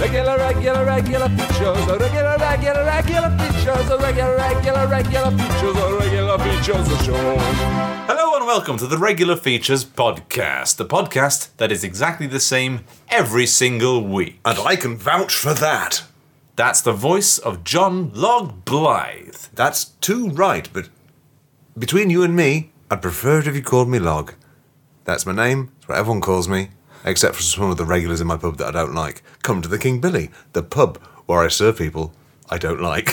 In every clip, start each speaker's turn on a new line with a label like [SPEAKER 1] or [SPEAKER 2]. [SPEAKER 1] Regular, regular, regular features. Oh, regular, regular, regular features. Oh, regular, regular, regular features. Oh, regular features. The show.
[SPEAKER 2] Hello and welcome to the Regular Features Podcast, the podcast that is exactly the same every single week.
[SPEAKER 3] And I can vouch for that.
[SPEAKER 2] That's the voice of John Log Blythe.
[SPEAKER 3] That's too right, but between you and me, I'd prefer it if you called me Log. That's my name, it's what everyone calls me, except for some of the regulars in my pub that I don't like. Come to the King Billy, the pub where I serve people I don't like.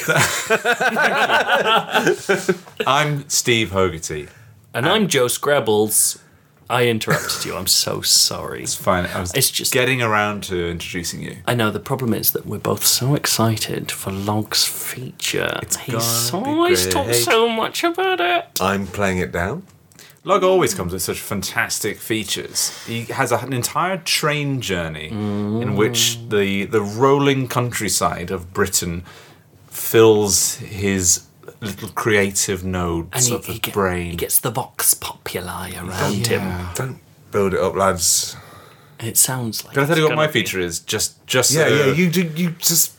[SPEAKER 2] I'm Steve Hogarty.
[SPEAKER 4] And I'm Joe Scrabbles. I interrupted you. I'm so sorry.
[SPEAKER 2] It's fine. I was
[SPEAKER 4] It's just-
[SPEAKER 2] getting around to introducing you.
[SPEAKER 4] I know the problem is that we're both so excited for Log's feature.
[SPEAKER 2] gonna
[SPEAKER 4] He's
[SPEAKER 2] be
[SPEAKER 4] always talked
[SPEAKER 2] great.
[SPEAKER 4] so much about it.
[SPEAKER 3] I'm playing it down.
[SPEAKER 2] Log always comes with such fantastic features. He has a, an entire train journey in which
[SPEAKER 4] Mm.
[SPEAKER 2] the the rolling countryside of Britain fills his little creative nodes of his
[SPEAKER 4] get-
[SPEAKER 2] brain.
[SPEAKER 4] he gets the vox populi around him.
[SPEAKER 3] Don't build it up, lads.
[SPEAKER 4] It sounds like.
[SPEAKER 2] Can I tell you
[SPEAKER 4] it's
[SPEAKER 2] what my
[SPEAKER 4] gonna be-
[SPEAKER 2] feature is? Just, just
[SPEAKER 3] Yeah,
[SPEAKER 2] uh,
[SPEAKER 3] yeah, you do, you just.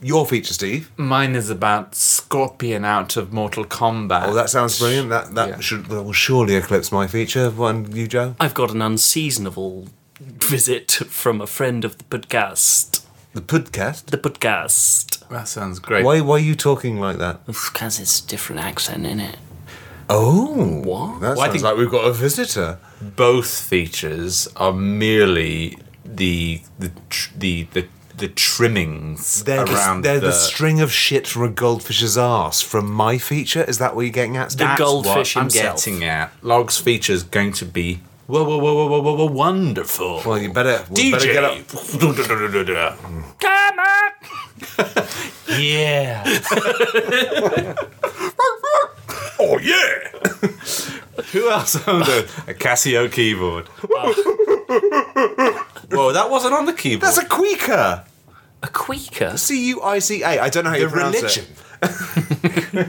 [SPEAKER 3] Your feature, Steve.
[SPEAKER 2] Mine is about Scorpion out of Mortal Kombat.
[SPEAKER 3] Oh, that sounds brilliant. That that
[SPEAKER 2] Yeah.
[SPEAKER 3] should that will surely eclipse my feature. One, you, Joe.
[SPEAKER 4] I've got an unseasonable visit from a friend of the podcast.
[SPEAKER 3] The podcast.
[SPEAKER 4] The podcast.
[SPEAKER 2] That sounds great.
[SPEAKER 3] Why why are you talking like that?
[SPEAKER 4] Because it's a different accent, in it?
[SPEAKER 3] Oh,
[SPEAKER 4] What?
[SPEAKER 3] That
[SPEAKER 2] Well, I
[SPEAKER 3] sounds
[SPEAKER 2] think-
[SPEAKER 3] like we've got a visitor.
[SPEAKER 2] Both features are merely the the tr- the the, the trimmings
[SPEAKER 3] They're,
[SPEAKER 2] around
[SPEAKER 3] the, they're the,
[SPEAKER 2] the
[SPEAKER 3] string of shit for a goldfish's ass from my feature. Is that what you're getting at? Steve?
[SPEAKER 2] That's
[SPEAKER 4] goldfish
[SPEAKER 2] what I'm
[SPEAKER 4] himself.
[SPEAKER 2] getting at. Log's feature is going to be whoa whoa whoa whoa whoa whoa, whoa wonderful.
[SPEAKER 3] well, you better, we
[SPEAKER 2] DJ.
[SPEAKER 3] better get up.
[SPEAKER 4] Come on!
[SPEAKER 2] Yeah. oh yeah. Who else owned a, a Casio keyboard? Whoa, that wasn't on the keyboard.
[SPEAKER 3] That's a Quaker.
[SPEAKER 4] A Quaker?
[SPEAKER 3] C U I C A. I don't know how you
[SPEAKER 2] The
[SPEAKER 3] pronounce
[SPEAKER 2] religion.
[SPEAKER 3] it.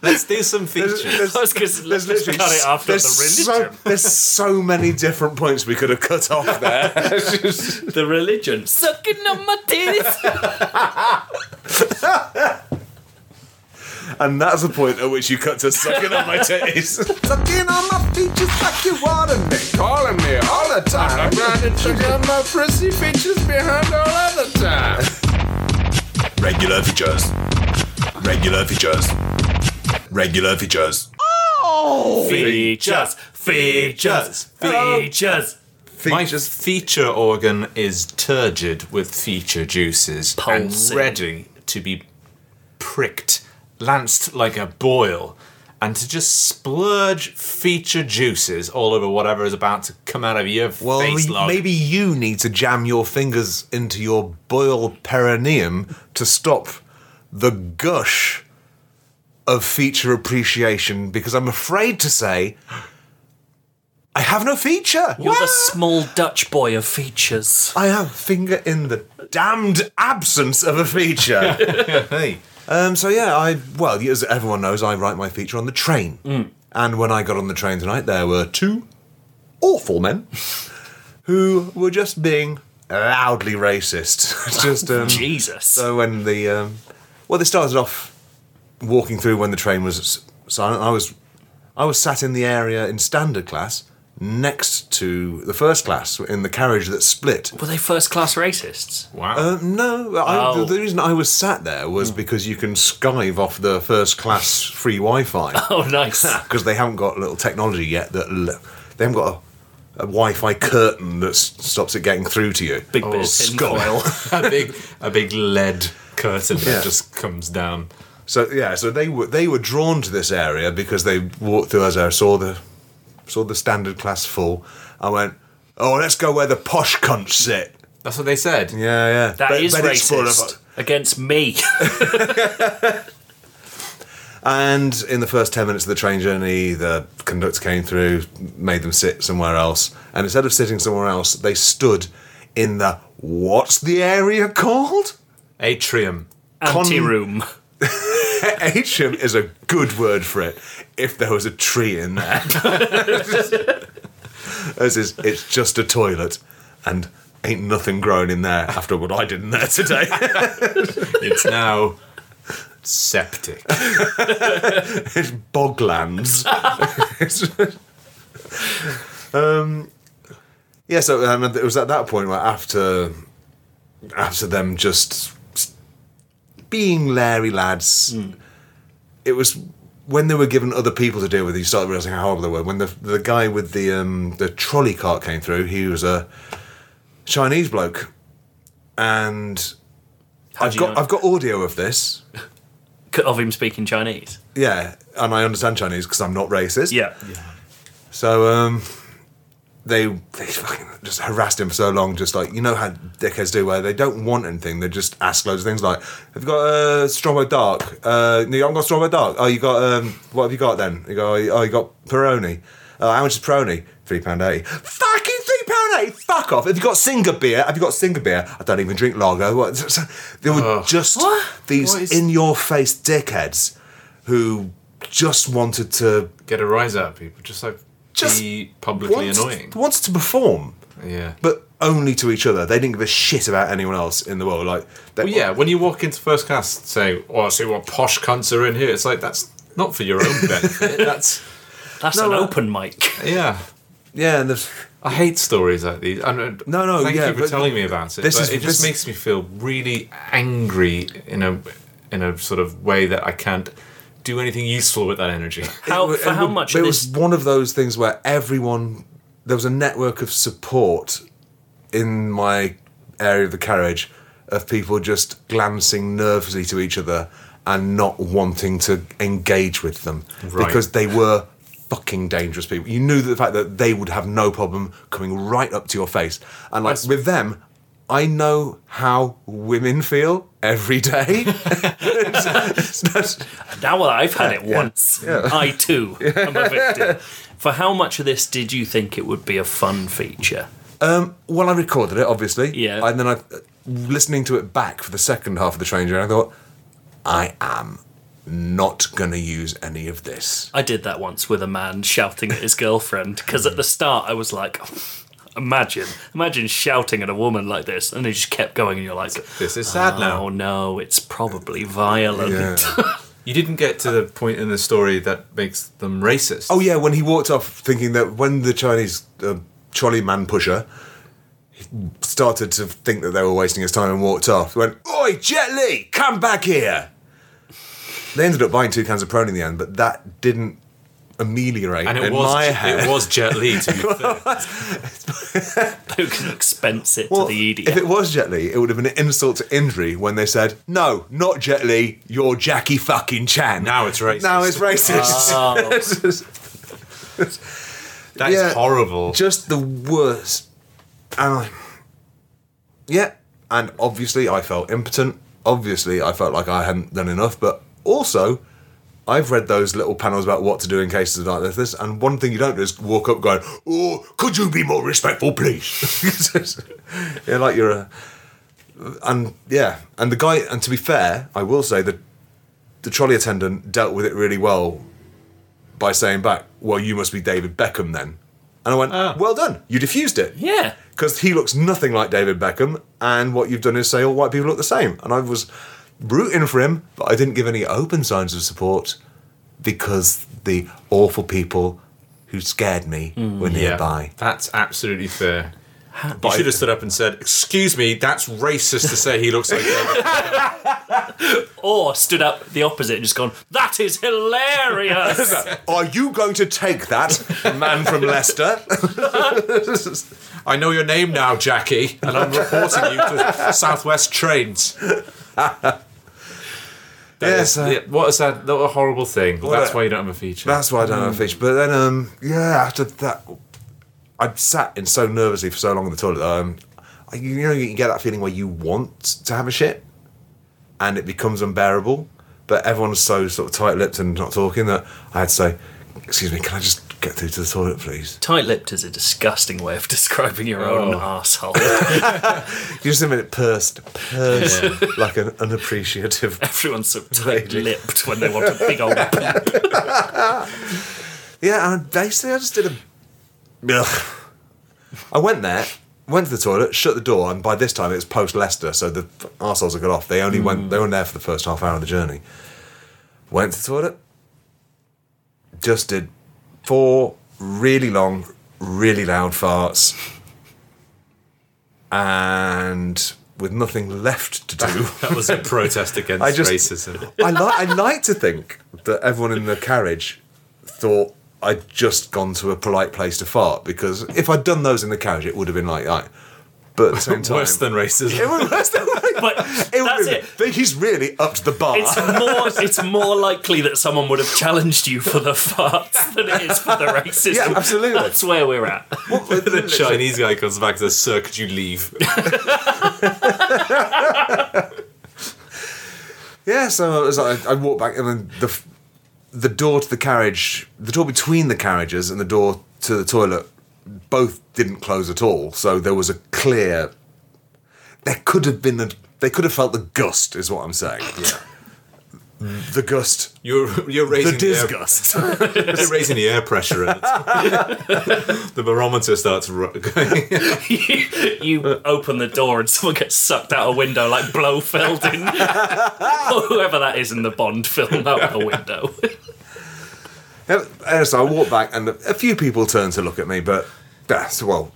[SPEAKER 2] Let's do some features.
[SPEAKER 4] I was gonna- let's just cut it after
[SPEAKER 3] there's
[SPEAKER 4] the
[SPEAKER 3] So,
[SPEAKER 4] religion.
[SPEAKER 3] there's so many different points we could have cut off there.
[SPEAKER 4] the religion. Sucking on my titties.
[SPEAKER 3] and that's the point at which you cut to sucking on my titties. sucking on my features like you wanted me.
[SPEAKER 1] Calling me all the time. I'm grinding sugar on my prissy features behind all other time.
[SPEAKER 3] Regular features. Regular features. Regular features.
[SPEAKER 4] features, features,
[SPEAKER 3] Oh.
[SPEAKER 4] features.
[SPEAKER 2] My
[SPEAKER 3] Features.
[SPEAKER 2] feature organ is turgid with feature juices
[SPEAKER 4] Pulsing.
[SPEAKER 2] and ready to be pricked, lanced like a boil, and to just splurge feature juices all over whatever is about to come out of your
[SPEAKER 3] Well,
[SPEAKER 2] face
[SPEAKER 3] y-
[SPEAKER 2] log.
[SPEAKER 3] maybe you need to jam your fingers into your boil perineum to stop the gush of feature appreciation because I'm afraid to say I have no feature.
[SPEAKER 4] You're the small Dutch boy of features.
[SPEAKER 3] I have finger in the damned absence of a feature.
[SPEAKER 2] Hey.
[SPEAKER 3] um, so yeah, I well, as everyone knows, I write my feature on the train. And when I got on the train tonight, there were two awful men who were just being loudly racist. just um,
[SPEAKER 4] Jesus.
[SPEAKER 3] So when the um, well, they started off walking through when the train was s- silent. I was I was sat in the area in standard class next to the first class in the carriage that split.
[SPEAKER 4] Were they first class racists?
[SPEAKER 2] Wow.
[SPEAKER 3] Uh, no, I,
[SPEAKER 4] Oh. Hmm.
[SPEAKER 3] the, the reason I was sat there was because you can skive off the first class free Wi-Fi
[SPEAKER 4] Oh, nice.
[SPEAKER 3] because they haven't got a little technology yet that l- they haven't got a, a Wi-Fi curtain that s- stops it getting through to you. Oh,
[SPEAKER 4] Big bit of
[SPEAKER 3] Scott.
[SPEAKER 4] tinfoil.
[SPEAKER 2] a big a big lead curtain
[SPEAKER 3] Yeah.
[SPEAKER 2] that just comes down.
[SPEAKER 3] So yeah, so they were they were drawn to this area because they walked through as I saw the saw the standard class full. I went, oh, let's go where the posh cunts sit.
[SPEAKER 2] That's what they said.
[SPEAKER 3] Yeah, yeah.
[SPEAKER 4] That
[SPEAKER 3] But-
[SPEAKER 4] is
[SPEAKER 3] but it's full of-
[SPEAKER 4] racist. Against me.
[SPEAKER 3] And in the first 10 minutes of the train journey, the conductor came through, made them sit somewhere else. And instead of sitting somewhere else, they stood in the what's the area called?
[SPEAKER 2] Atrium.
[SPEAKER 4] Anti room.
[SPEAKER 3] Atrium is a good word for it. If there was a tree in there, This is- it's just a toilet and Ain't nothing growing in there after what I did in there today.
[SPEAKER 2] It's now septic.
[SPEAKER 3] it's boglands. um, yeah, so um, it was at that point where after after them just being Larry lads,
[SPEAKER 4] Hmm.
[SPEAKER 3] it was when they were given other people to deal with. You started realizing how horrible they were. When the the guy with the um, the trolley cart came through, he was a Chinese bloke, and I've
[SPEAKER 4] do you
[SPEAKER 3] got
[SPEAKER 4] know?
[SPEAKER 3] I've got audio of this.
[SPEAKER 4] of him speaking Chinese.
[SPEAKER 3] Yeah, and I understand Chinese because I'm not racist.
[SPEAKER 4] Yeah.
[SPEAKER 3] So um, they they fucking just harassed him for so long, just like you know how dickheads do, where they don't want anything, they just ask loads of things like, "Have you got a uh, strawberry dark? Uh, no, you haven't got strawberry dark. Oh, you got um, what have you got then? You go, oh, you got Peroni. Uh, how much is Peroni? Three pound eighty. Fucking three pound eighty. Fuck off. Have you got Singer beer? Have you got Singer beer? I don't even drink lager. What? They were just
[SPEAKER 4] What?
[SPEAKER 3] these
[SPEAKER 2] What is-
[SPEAKER 3] in-your-face dickheads who just wanted to
[SPEAKER 2] Get a rise out of people, just like
[SPEAKER 3] Just
[SPEAKER 2] be publicly
[SPEAKER 3] wanted-
[SPEAKER 2] annoying.
[SPEAKER 3] Wanted to perform,
[SPEAKER 2] Yeah.
[SPEAKER 3] but only to each other. They didn't give a shit about anyone else in the world. Like, they,
[SPEAKER 2] Well, yeah, when you walk into first class saying, "Oh, I see what posh cunts are in here," it's like that's not for your own benefit. that's
[SPEAKER 4] That's an open mic.
[SPEAKER 2] yeah.
[SPEAKER 3] yeah. And there's-
[SPEAKER 2] I hate stories like these. I don't-
[SPEAKER 3] No, no,
[SPEAKER 2] Thank
[SPEAKER 3] yeah,
[SPEAKER 2] you for
[SPEAKER 3] but
[SPEAKER 2] telling me about it.
[SPEAKER 3] this
[SPEAKER 2] but
[SPEAKER 3] is-
[SPEAKER 2] it just
[SPEAKER 3] this-
[SPEAKER 2] makes me feel really angry in a in a sort of way that I can't do anything useful with that energy.
[SPEAKER 4] How,
[SPEAKER 3] it wa-
[SPEAKER 4] for
[SPEAKER 3] it
[SPEAKER 4] how
[SPEAKER 3] wa-
[SPEAKER 4] much
[SPEAKER 3] It
[SPEAKER 4] of
[SPEAKER 3] was
[SPEAKER 4] this?
[SPEAKER 3] one of those things where everyone there was a network of support in my area of the carriage of people just glancing nervously to each other and not wanting to engage with them
[SPEAKER 2] Right.
[SPEAKER 3] because they were fucking dangerous people. You knew that the fact that they would have no problem coming right up to your face. And like with them, I know how women feel every day. It's- it's-
[SPEAKER 4] Now that I've had it once, I too am a victim. For how much of this did you think it would be a fun feature?
[SPEAKER 3] Um, well, I recorded it, obviously.
[SPEAKER 4] Yeah.
[SPEAKER 3] And then I, listening to it back for the second half of the train journey, I thought, I am not going to use any of this.
[SPEAKER 4] I did that once with a man shouting at his girlfriend because at the start I was like, imagine, imagine shouting at a woman like this, and they just kept going, and you're like,
[SPEAKER 2] This is sad now.
[SPEAKER 3] Ah.
[SPEAKER 4] oh no, it's probably violent.
[SPEAKER 3] Yeah.
[SPEAKER 2] You didn't get to the point in the story that makes them racist.
[SPEAKER 3] oh yeah, when he walked off, thinking that when the Chinese uh, trolley man pusher started to think that they were wasting his time and walked off, he went, "Oi, Jet Li, come back here." They ended up buying two cans of Prone in the end, but that didn't ameliorate.
[SPEAKER 2] and it
[SPEAKER 3] in
[SPEAKER 2] was
[SPEAKER 3] my head.
[SPEAKER 2] it was Jet Li to be fair.
[SPEAKER 4] Who can expense it
[SPEAKER 3] Well,
[SPEAKER 4] to the idiot?
[SPEAKER 3] If it was Jet Li, it would have been an insult to injury when they said, "No, not Jet Li. You're Jackie fucking Chan."
[SPEAKER 2] Now it's racist. Ah.
[SPEAKER 3] Now it's racist.
[SPEAKER 2] That is
[SPEAKER 3] Yeah.
[SPEAKER 2] horrible.
[SPEAKER 3] Just the worst. And I, yeah, and obviously I felt impotent. Obviously I felt like I hadn't done enough, but also. I've read those little panels about what to do in cases like this, and one thing you don't do is walk up going, "Oh, could you be more respectful, please?" yeah, like you're a and yeah, and the guy, and to be fair, I will say that the trolley attendant dealt with it really well by saying back, "Well, you must be David Beckham then," and I went, "Well done, you diffused it."
[SPEAKER 4] yeah.
[SPEAKER 3] because he looks nothing like David Beckham, and what you've done is say all white people look the same, and I was rooting for him, but I didn't give any open signs of support because the awful people who scared me were nearby.
[SPEAKER 2] That's absolutely fair. You should have stood up and said, "Excuse me, that's racist to say he looks like." David."
[SPEAKER 4] Or stood up the opposite and just gone, that is hilarious.
[SPEAKER 3] Are you going to take that man from Leicester?
[SPEAKER 2] I know your name now, Jackie, and I'm reporting you to Southwest Trains.
[SPEAKER 3] yes, uh,
[SPEAKER 2] Yeah, what is that? What a horrible thing. that's
[SPEAKER 3] a-
[SPEAKER 2] why you don't have a feature.
[SPEAKER 3] That's why I don't have a fish. But then, um, yeah, after that, I sat in so nervously for so long in the toilet. Um, I, you know, you get that feeling where you want to have a shit, and it becomes unbearable. But everyone's so sort of tight-lipped and not talking that I had to say, "Excuse me, can I just get through to the toilet, please?"
[SPEAKER 4] Tight lipped is a disgusting way of describing your own
[SPEAKER 3] Oh.
[SPEAKER 4] asshole.
[SPEAKER 3] You just a minute pursed, pursed like an unappreciative.
[SPEAKER 4] Everyone's so tight lipped when they want a big old poop.
[SPEAKER 3] Yeah, and basically, I just did a. Ugh. I went there went to the toilet, shut the door, and by this time it was post Leicester, so the arseholes had got off. They only went, they were there for the first half hour of the journey. Went to the toilet, just did four really long, really loud farts, and with nothing left to do.
[SPEAKER 2] That was a protest against
[SPEAKER 3] I just-
[SPEAKER 2] racism.
[SPEAKER 3] I, li- I like to think that everyone in the carriage thought I'd just gone to a polite place to fart because if I'd done those in the carriage, it would have been like that. But at the same time,
[SPEAKER 2] Worse than racism.
[SPEAKER 3] it would, worse than
[SPEAKER 4] But
[SPEAKER 3] it would
[SPEAKER 4] that's
[SPEAKER 3] be-
[SPEAKER 4] it.
[SPEAKER 3] But he's really upped the bar.
[SPEAKER 4] It's more, it's more likely that someone would have challenged you for the farts than it is for the racism.
[SPEAKER 3] Yeah, absolutely.
[SPEAKER 4] That's where we're at.
[SPEAKER 2] the Chinese guy comes back and says, Sir, could you leave?
[SPEAKER 3] Yeah, so it was like, I walked back, and then the f- the door to the carriage, the door between the carriages and the door to the toilet, both didn't close at all. So there was a clear. There could have been a. They could have felt the gust, is what I'm saying. Yeah. The gust,
[SPEAKER 2] You're, you're raising
[SPEAKER 3] the disgust.
[SPEAKER 2] They're raising the air pressure. and it's- the barometer starts ru- going.
[SPEAKER 4] You, you open the door and someone gets sucked out a window like Blofeld in, or whoever that is in the Bond film out the window.
[SPEAKER 3] Yeah, and so I walked back, and a few people turned to look at me, but that's well.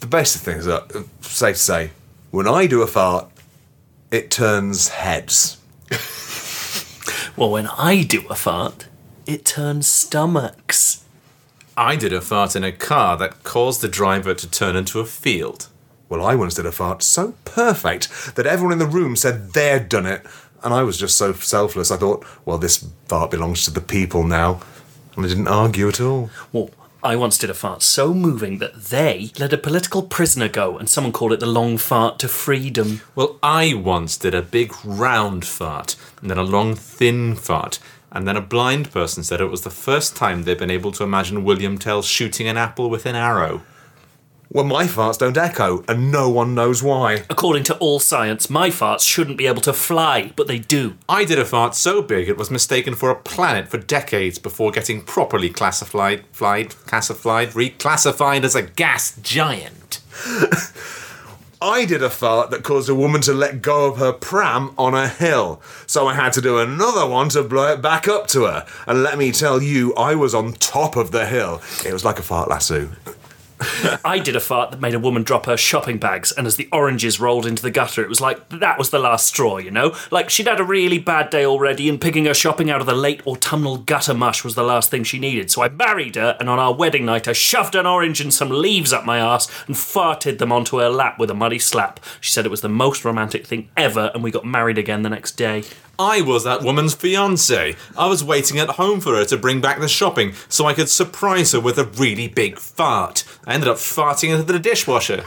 [SPEAKER 3] The basic thing is that, uh, safe to say, when I do a fart, it turns heads.
[SPEAKER 4] Well, when I do a fart, it turns stomachs.
[SPEAKER 2] I did a fart in a car that caused the driver to turn into a field.
[SPEAKER 3] Well, I once did a fart so perfect that everyone in the room said they'd done it, and I was just so selfless. I thought, well, this fart belongs to the people now, and I didn't argue at all.
[SPEAKER 4] Well, I once did a fart so moving that they let a political prisoner go, and someone called it the long fart to freedom.
[SPEAKER 2] Well, I once did a big round fart, and then a long thin fart, and then a blind person said it was the first time they'd been able to imagine William Tell shooting an apple with an arrow.
[SPEAKER 3] Well, my farts don't echo, and no one knows why.
[SPEAKER 4] According to all science, my farts shouldn't be able to fly, but they do.
[SPEAKER 2] I did a fart so big it was mistaken for a planet for decades before getting properly classified, flied, classified, reclassified as a gas giant.
[SPEAKER 3] I did a fart that caused a woman to let go of her pram on a hill, so I had to do another one to blow it back up to her. And let me tell you, I was on top of the hill. It was like a fart lasso.
[SPEAKER 4] I did a fart that made a woman drop her shopping bags, and as the oranges rolled into the gutter, it was like that was the last straw, you know? Like she'd had a really bad day already, and picking her shopping out of the late autumnal gutter mush was the last thing she needed. So I married her, and on our wedding night, I shoved an orange and some leaves up my arse and farted them onto her lap with a muddy slap. She said it was the most romantic thing ever, and we got married again the next day.
[SPEAKER 2] I was that woman's fiance. I was waiting at home for her to bring back the shopping so I could surprise her with a really big fart. I ended up farting into the dishwasher.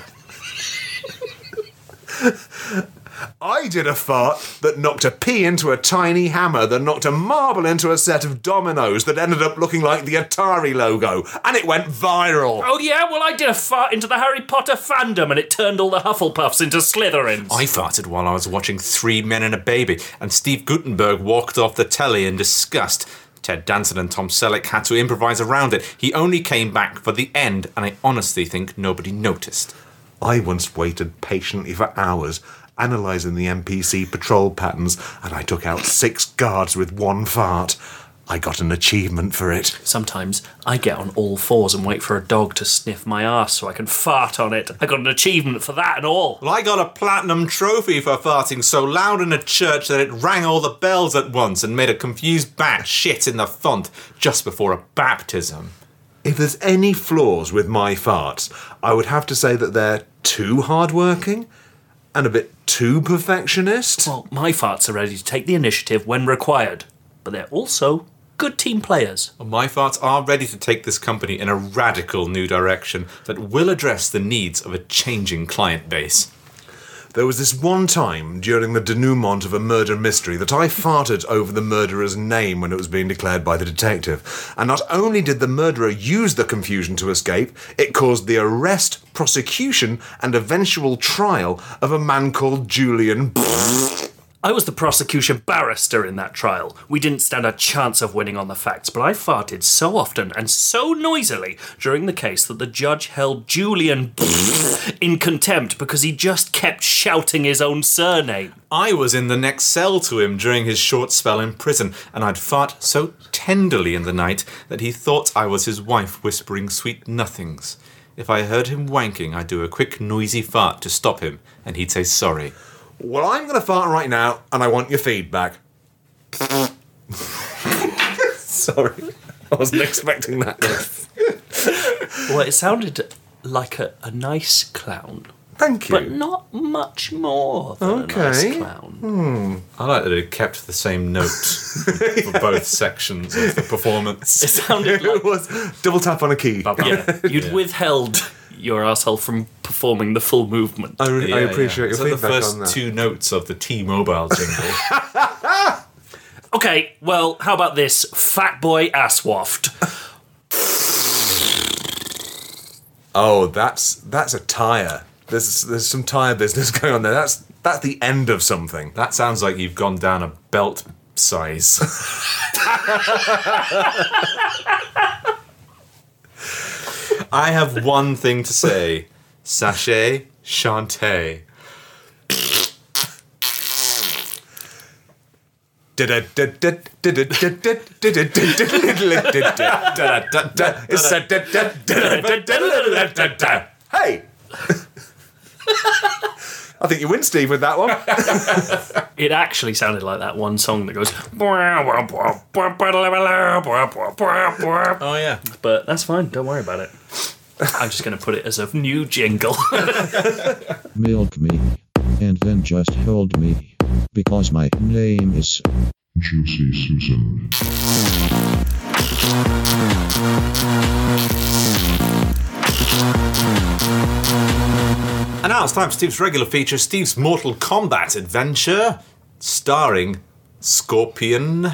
[SPEAKER 3] I did a fart that knocked a pea into a tiny hammer, that knocked a marble into a set of dominoes, that ended up looking like the Atari logo, and it went viral.
[SPEAKER 4] Oh, yeah, well, I did a fart into the Harry Potter fandom, and it turned all the Hufflepuffs into Slytherins.
[SPEAKER 2] I farted while I was watching Three Men and a Baby, and Steve Gutenberg walked off the telly in disgust. Ted Danson and Tom Selleck had to improvise around it. He only came back for the end, and I honestly think nobody noticed.
[SPEAKER 3] I once waited patiently for hours, analysing the NPC patrol patterns, and I took out six guards with one fart. I got an achievement for it.
[SPEAKER 4] Sometimes I get on all fours and wait for a dog to sniff my arse so I can fart on it. I got an achievement for that and all.
[SPEAKER 2] Well, I got a platinum trophy for farting so loud in a church that it rang all the bells at once and made a confused bat shit in the font just before a baptism.
[SPEAKER 3] If there's any flaws with my farts, I would have to say that they're too hardworking and a bit too perfectionist.
[SPEAKER 4] Well, my farts are ready to take the initiative when required, but they're also good team players.
[SPEAKER 2] My farts are ready to take this company in a radical new direction that will address the needs of a changing client base.
[SPEAKER 3] There was this one time during the denouement of a murder mystery that I farted over the murderer's name when it was being declared by the detective. And not only did the murderer use the confusion to escape, it caused the arrest, prosecution, and eventual trial of a man called Julian.
[SPEAKER 4] I was the prosecution barrister in that trial. We didn't stand a chance of winning on the facts, but I farted so often and so noisily during the case that the judge held Julian in contempt because he just kept shouting his own surname.
[SPEAKER 2] I was in the next cell to him during his short spell in prison, and I'd fart so tenderly in the night that he thought I was his wife whispering sweet nothings. If I heard him wanking, I'd do a quick noisy fart to stop him, and he'd say sorry.
[SPEAKER 3] Well, I'm going to fart right now, and I want your feedback. Sorry, I wasn't expecting that.
[SPEAKER 4] Well, it sounded like a, a nice clown,
[SPEAKER 3] Thank you.
[SPEAKER 4] but not much more than a nice
[SPEAKER 3] Okay.
[SPEAKER 4] clown.
[SPEAKER 2] I like that it kept the same note for both sections of the performance.
[SPEAKER 4] It sounded like
[SPEAKER 3] it was double tap on a key. I,
[SPEAKER 4] yeah, you'd
[SPEAKER 2] Yeah.
[SPEAKER 4] withheld your asshole from performing the full movement.
[SPEAKER 3] re- I
[SPEAKER 2] Yeah,
[SPEAKER 3] appreciate
[SPEAKER 2] yeah.
[SPEAKER 3] your
[SPEAKER 2] so
[SPEAKER 3] feedback
[SPEAKER 2] the first
[SPEAKER 3] on that.
[SPEAKER 2] two notes of the T-Mobile jingle.
[SPEAKER 4] Okay, well, how about this fat boy ass waft?
[SPEAKER 3] Oh, that's that's a tire. There's there's some tire business going on there. That's that's the end of something.
[SPEAKER 2] That sounds like you've gone down a belt size. I have one thing to say. Sachet, chante.
[SPEAKER 3] Hey. I think you win, Steve, with that one.
[SPEAKER 4] It actually sounded like that one song that goes. But
[SPEAKER 2] Oh yeah.
[SPEAKER 4] that's fine, don't worry about it. I'm just going to put it as a new jingle.
[SPEAKER 5] milk me, and then just hold me, because my name is
[SPEAKER 6] Juicy Susan.
[SPEAKER 2] And now it's time for Steve's regular feature, Steve's Mortal Kombat adventure, starring Scorpion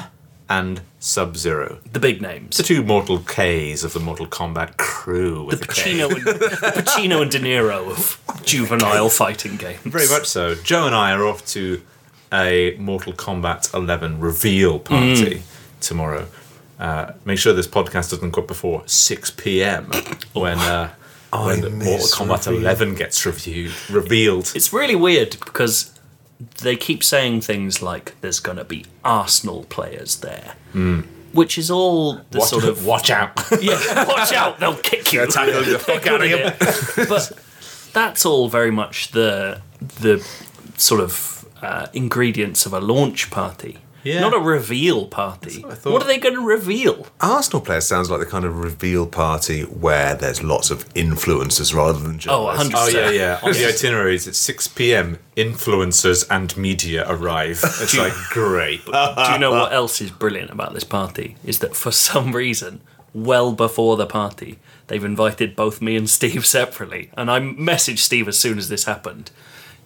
[SPEAKER 2] and Sub Zero.
[SPEAKER 4] the big names.
[SPEAKER 2] The two Mortal Ks of the Mortal Kombat crew. With the
[SPEAKER 4] Pacino and, the Pacino and De Niro of juvenile fighting games.
[SPEAKER 2] Very much so. Joe and I are off to a Mortal Kombat 11 reveal party
[SPEAKER 4] Mm.
[SPEAKER 2] tomorrow. Uh, make sure this podcast doesn't go up before 6 p.m.
[SPEAKER 4] Oh.
[SPEAKER 2] when, uh, when Mortal
[SPEAKER 3] miss
[SPEAKER 2] Kombat 11 gets reviewed, revealed.
[SPEAKER 4] It's really weird because they keep saying things like there's going to be Arsenal players there,
[SPEAKER 2] Hmm.
[SPEAKER 4] which is all the
[SPEAKER 2] Watch,
[SPEAKER 4] sort of
[SPEAKER 2] watch out.
[SPEAKER 4] yeah, watch out, they'll kick you.
[SPEAKER 2] tackle the
[SPEAKER 4] They're
[SPEAKER 2] fuck out of
[SPEAKER 4] good
[SPEAKER 2] you.
[SPEAKER 4] at it. But that's all very much the the sort of uh, ingredients of a launch party.
[SPEAKER 2] Yeah.
[SPEAKER 4] Not a reveal party.
[SPEAKER 2] I thought.
[SPEAKER 4] What are they going to reveal?
[SPEAKER 3] Arsenal player sounds like the kind of reveal party where there's lots of influencers rather than
[SPEAKER 4] Oh,
[SPEAKER 3] journalists.
[SPEAKER 4] 100%.
[SPEAKER 2] Oh yeah, yeah. On the itineraries, at 6 p.m. Influencers and media arrive. It's like great.
[SPEAKER 4] Do you know what else is brilliant about this party? Is that for some reason, well before the party, they've invited both me and Steve separately. And I messaged Steve as soon as this happened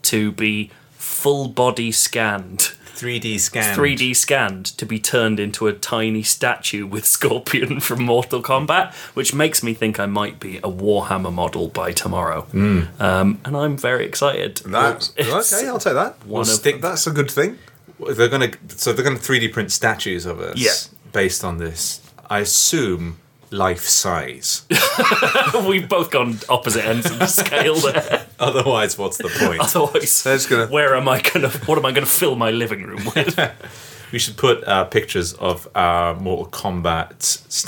[SPEAKER 4] to be full body scanned,
[SPEAKER 2] 3D scan.
[SPEAKER 4] 3D scanned, to be turned into a tiny statue with Scorpion from Mortal Kombat, which makes me think I might be a Warhammer model by tomorrow. Um, and I'm very excited.
[SPEAKER 3] Hmm. That's,
[SPEAKER 4] It's-
[SPEAKER 3] okay, I'll take that.
[SPEAKER 4] One of-
[SPEAKER 2] Stick-
[SPEAKER 3] That's a good thing.
[SPEAKER 2] they're gonna so they're gonna 3D print statues of us
[SPEAKER 4] Yeah.
[SPEAKER 2] based on this. I assume life size.
[SPEAKER 4] We've both gone opposite ends of the scale there.
[SPEAKER 2] Otherwise, what's the point?
[SPEAKER 4] Otherwise,
[SPEAKER 3] just gonna-
[SPEAKER 4] where am I gonna? What am I gonna fill my living room with?
[SPEAKER 2] We should put uh, pictures of our Mortal Kombat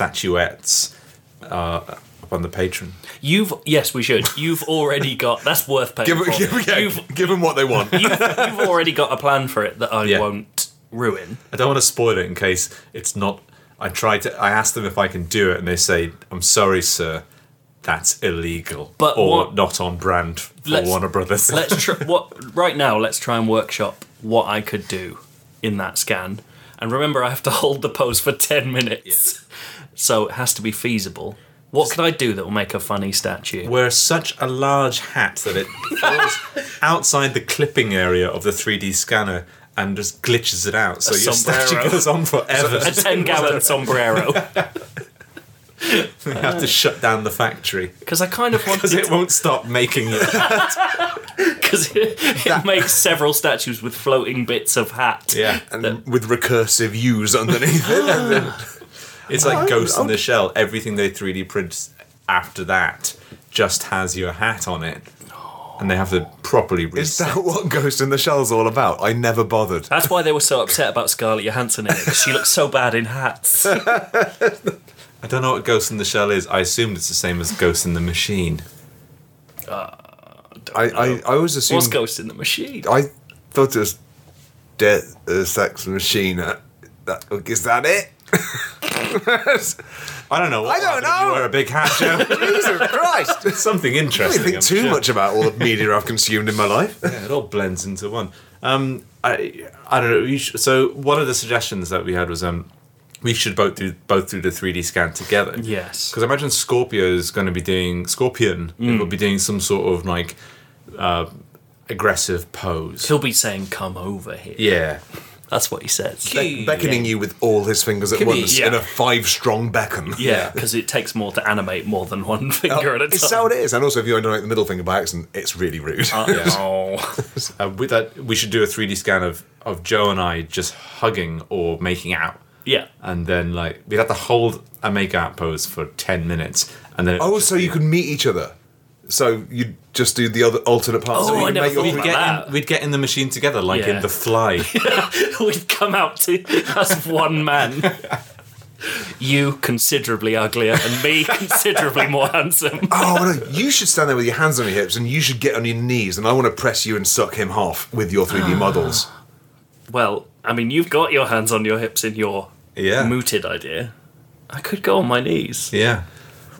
[SPEAKER 2] statuettes uh, up on the patron.
[SPEAKER 4] You've yes, we should. You've already got. That's worth paying
[SPEAKER 3] Give,
[SPEAKER 4] for.
[SPEAKER 3] give, yeah,
[SPEAKER 4] you've,
[SPEAKER 3] give 'em what they want.
[SPEAKER 4] you've you've already got a plan for it that I
[SPEAKER 2] Yeah.
[SPEAKER 4] won't ruin.
[SPEAKER 2] I don't want to spoil it in case it's not. I tried to. I asked them if I can do it, and they say, "I'm sorry, sir." That's illegal,
[SPEAKER 4] But
[SPEAKER 2] or
[SPEAKER 4] what-
[SPEAKER 2] not on brand for
[SPEAKER 4] Let's-
[SPEAKER 2] Warner Brothers.
[SPEAKER 4] Let's tr- what right now. Let's try and workshop what I could do in that scan. And remember, I have to hold the pose for ten minutes, so it has to be feasible. What could I do that will make a funny statue?
[SPEAKER 2] wear such a large hat that it falls outside the clipping area of the 3D scanner and just glitches it out. So
[SPEAKER 4] A
[SPEAKER 2] your
[SPEAKER 4] sombrero.
[SPEAKER 2] statue goes on forever.
[SPEAKER 4] A ten-gallon sombrero.
[SPEAKER 2] you have to shut down the factory
[SPEAKER 4] Because I kind of want
[SPEAKER 2] because it won't stop making it.
[SPEAKER 4] because it, it makes several statues with floating bits of hat.
[SPEAKER 2] Yeah.
[SPEAKER 3] and with recursive U's underneath it. and then-
[SPEAKER 2] It's like
[SPEAKER 3] I-
[SPEAKER 2] Ghost in
[SPEAKER 3] I-
[SPEAKER 2] the Shell. Everything they 3D print after that just has your hat on it. And they have to properly
[SPEAKER 3] Is
[SPEAKER 2] reset.
[SPEAKER 3] that what Ghost in the Shell's all about? I never bothered.
[SPEAKER 4] That's why they were so upset about Scarlett Johansson in it. 'cause She looked so bad in hats.
[SPEAKER 2] I don't know what Ghost in the Shell is. I assumed it's the same as Ghost in the Machine.
[SPEAKER 3] I, I, I always assumed.
[SPEAKER 4] Was Ghost in the Machine?
[SPEAKER 3] I thought it was Dead uh, Sex Machine. Uh, That, is that it?
[SPEAKER 2] I don't know.
[SPEAKER 3] I
[SPEAKER 2] What
[SPEAKER 3] don't
[SPEAKER 2] happened if You
[SPEAKER 3] know.
[SPEAKER 2] wear a big hat, Joe.
[SPEAKER 3] Jesus Christ!
[SPEAKER 2] Something
[SPEAKER 3] I
[SPEAKER 2] interesting.
[SPEAKER 3] don't think
[SPEAKER 2] I'm
[SPEAKER 3] too
[SPEAKER 2] sure.
[SPEAKER 3] much about all the media I've consumed in my life.
[SPEAKER 2] Yeah, it all blends into one. Um, I I don't know. You sh- so one of the suggestions that we had was um, we should both do both do the three D scan together.
[SPEAKER 4] Yes.
[SPEAKER 2] Because I imagine Scorpio is going to be doing Scorpion. It will be doing some sort of like uh, aggressive pose.
[SPEAKER 4] He'll be saying, "Come over here."
[SPEAKER 2] Yeah.
[SPEAKER 4] That's what he says.
[SPEAKER 2] Key.
[SPEAKER 3] Beckoning you with all his fingers at
[SPEAKER 2] Could be,
[SPEAKER 3] once
[SPEAKER 4] yeah.
[SPEAKER 3] in a five strong beckon.
[SPEAKER 4] Yeah, because it takes more to animate more than one finger at a time.
[SPEAKER 3] It's how it Oh, is. And also, if you animate the middle finger by accident, it's really rude.
[SPEAKER 4] Oh.
[SPEAKER 2] Uh, with that, we should do a three D scan of of Joe and I just hugging or making out.
[SPEAKER 4] Yeah.
[SPEAKER 2] And then like we'd have to hold a make out pose for ten minutes, and then it would
[SPEAKER 3] oh,
[SPEAKER 2] just
[SPEAKER 3] so
[SPEAKER 2] be-
[SPEAKER 3] you could meet each other. So you'd just do the other alternate parts.
[SPEAKER 4] Oh,
[SPEAKER 3] so you
[SPEAKER 4] I
[SPEAKER 3] can
[SPEAKER 4] never
[SPEAKER 3] make your
[SPEAKER 4] thought
[SPEAKER 2] We'd
[SPEAKER 4] about
[SPEAKER 3] three-
[SPEAKER 2] get,
[SPEAKER 4] that.
[SPEAKER 2] in, we'd get in the machine together, like
[SPEAKER 4] Yeah.
[SPEAKER 2] in The Fly.
[SPEAKER 4] We'd come out to as one man. You considerably uglier and me considerably more handsome.
[SPEAKER 3] Oh, no, you should stand there with your hands on your hips and you should get on your knees and I want to press you and suck him off with your
[SPEAKER 4] Ah.
[SPEAKER 3] 3D models.
[SPEAKER 4] Well, I mean, you've got your hands on your hips in your
[SPEAKER 2] Yeah.
[SPEAKER 4] mooted idea. I could go on my knees.
[SPEAKER 2] yeah.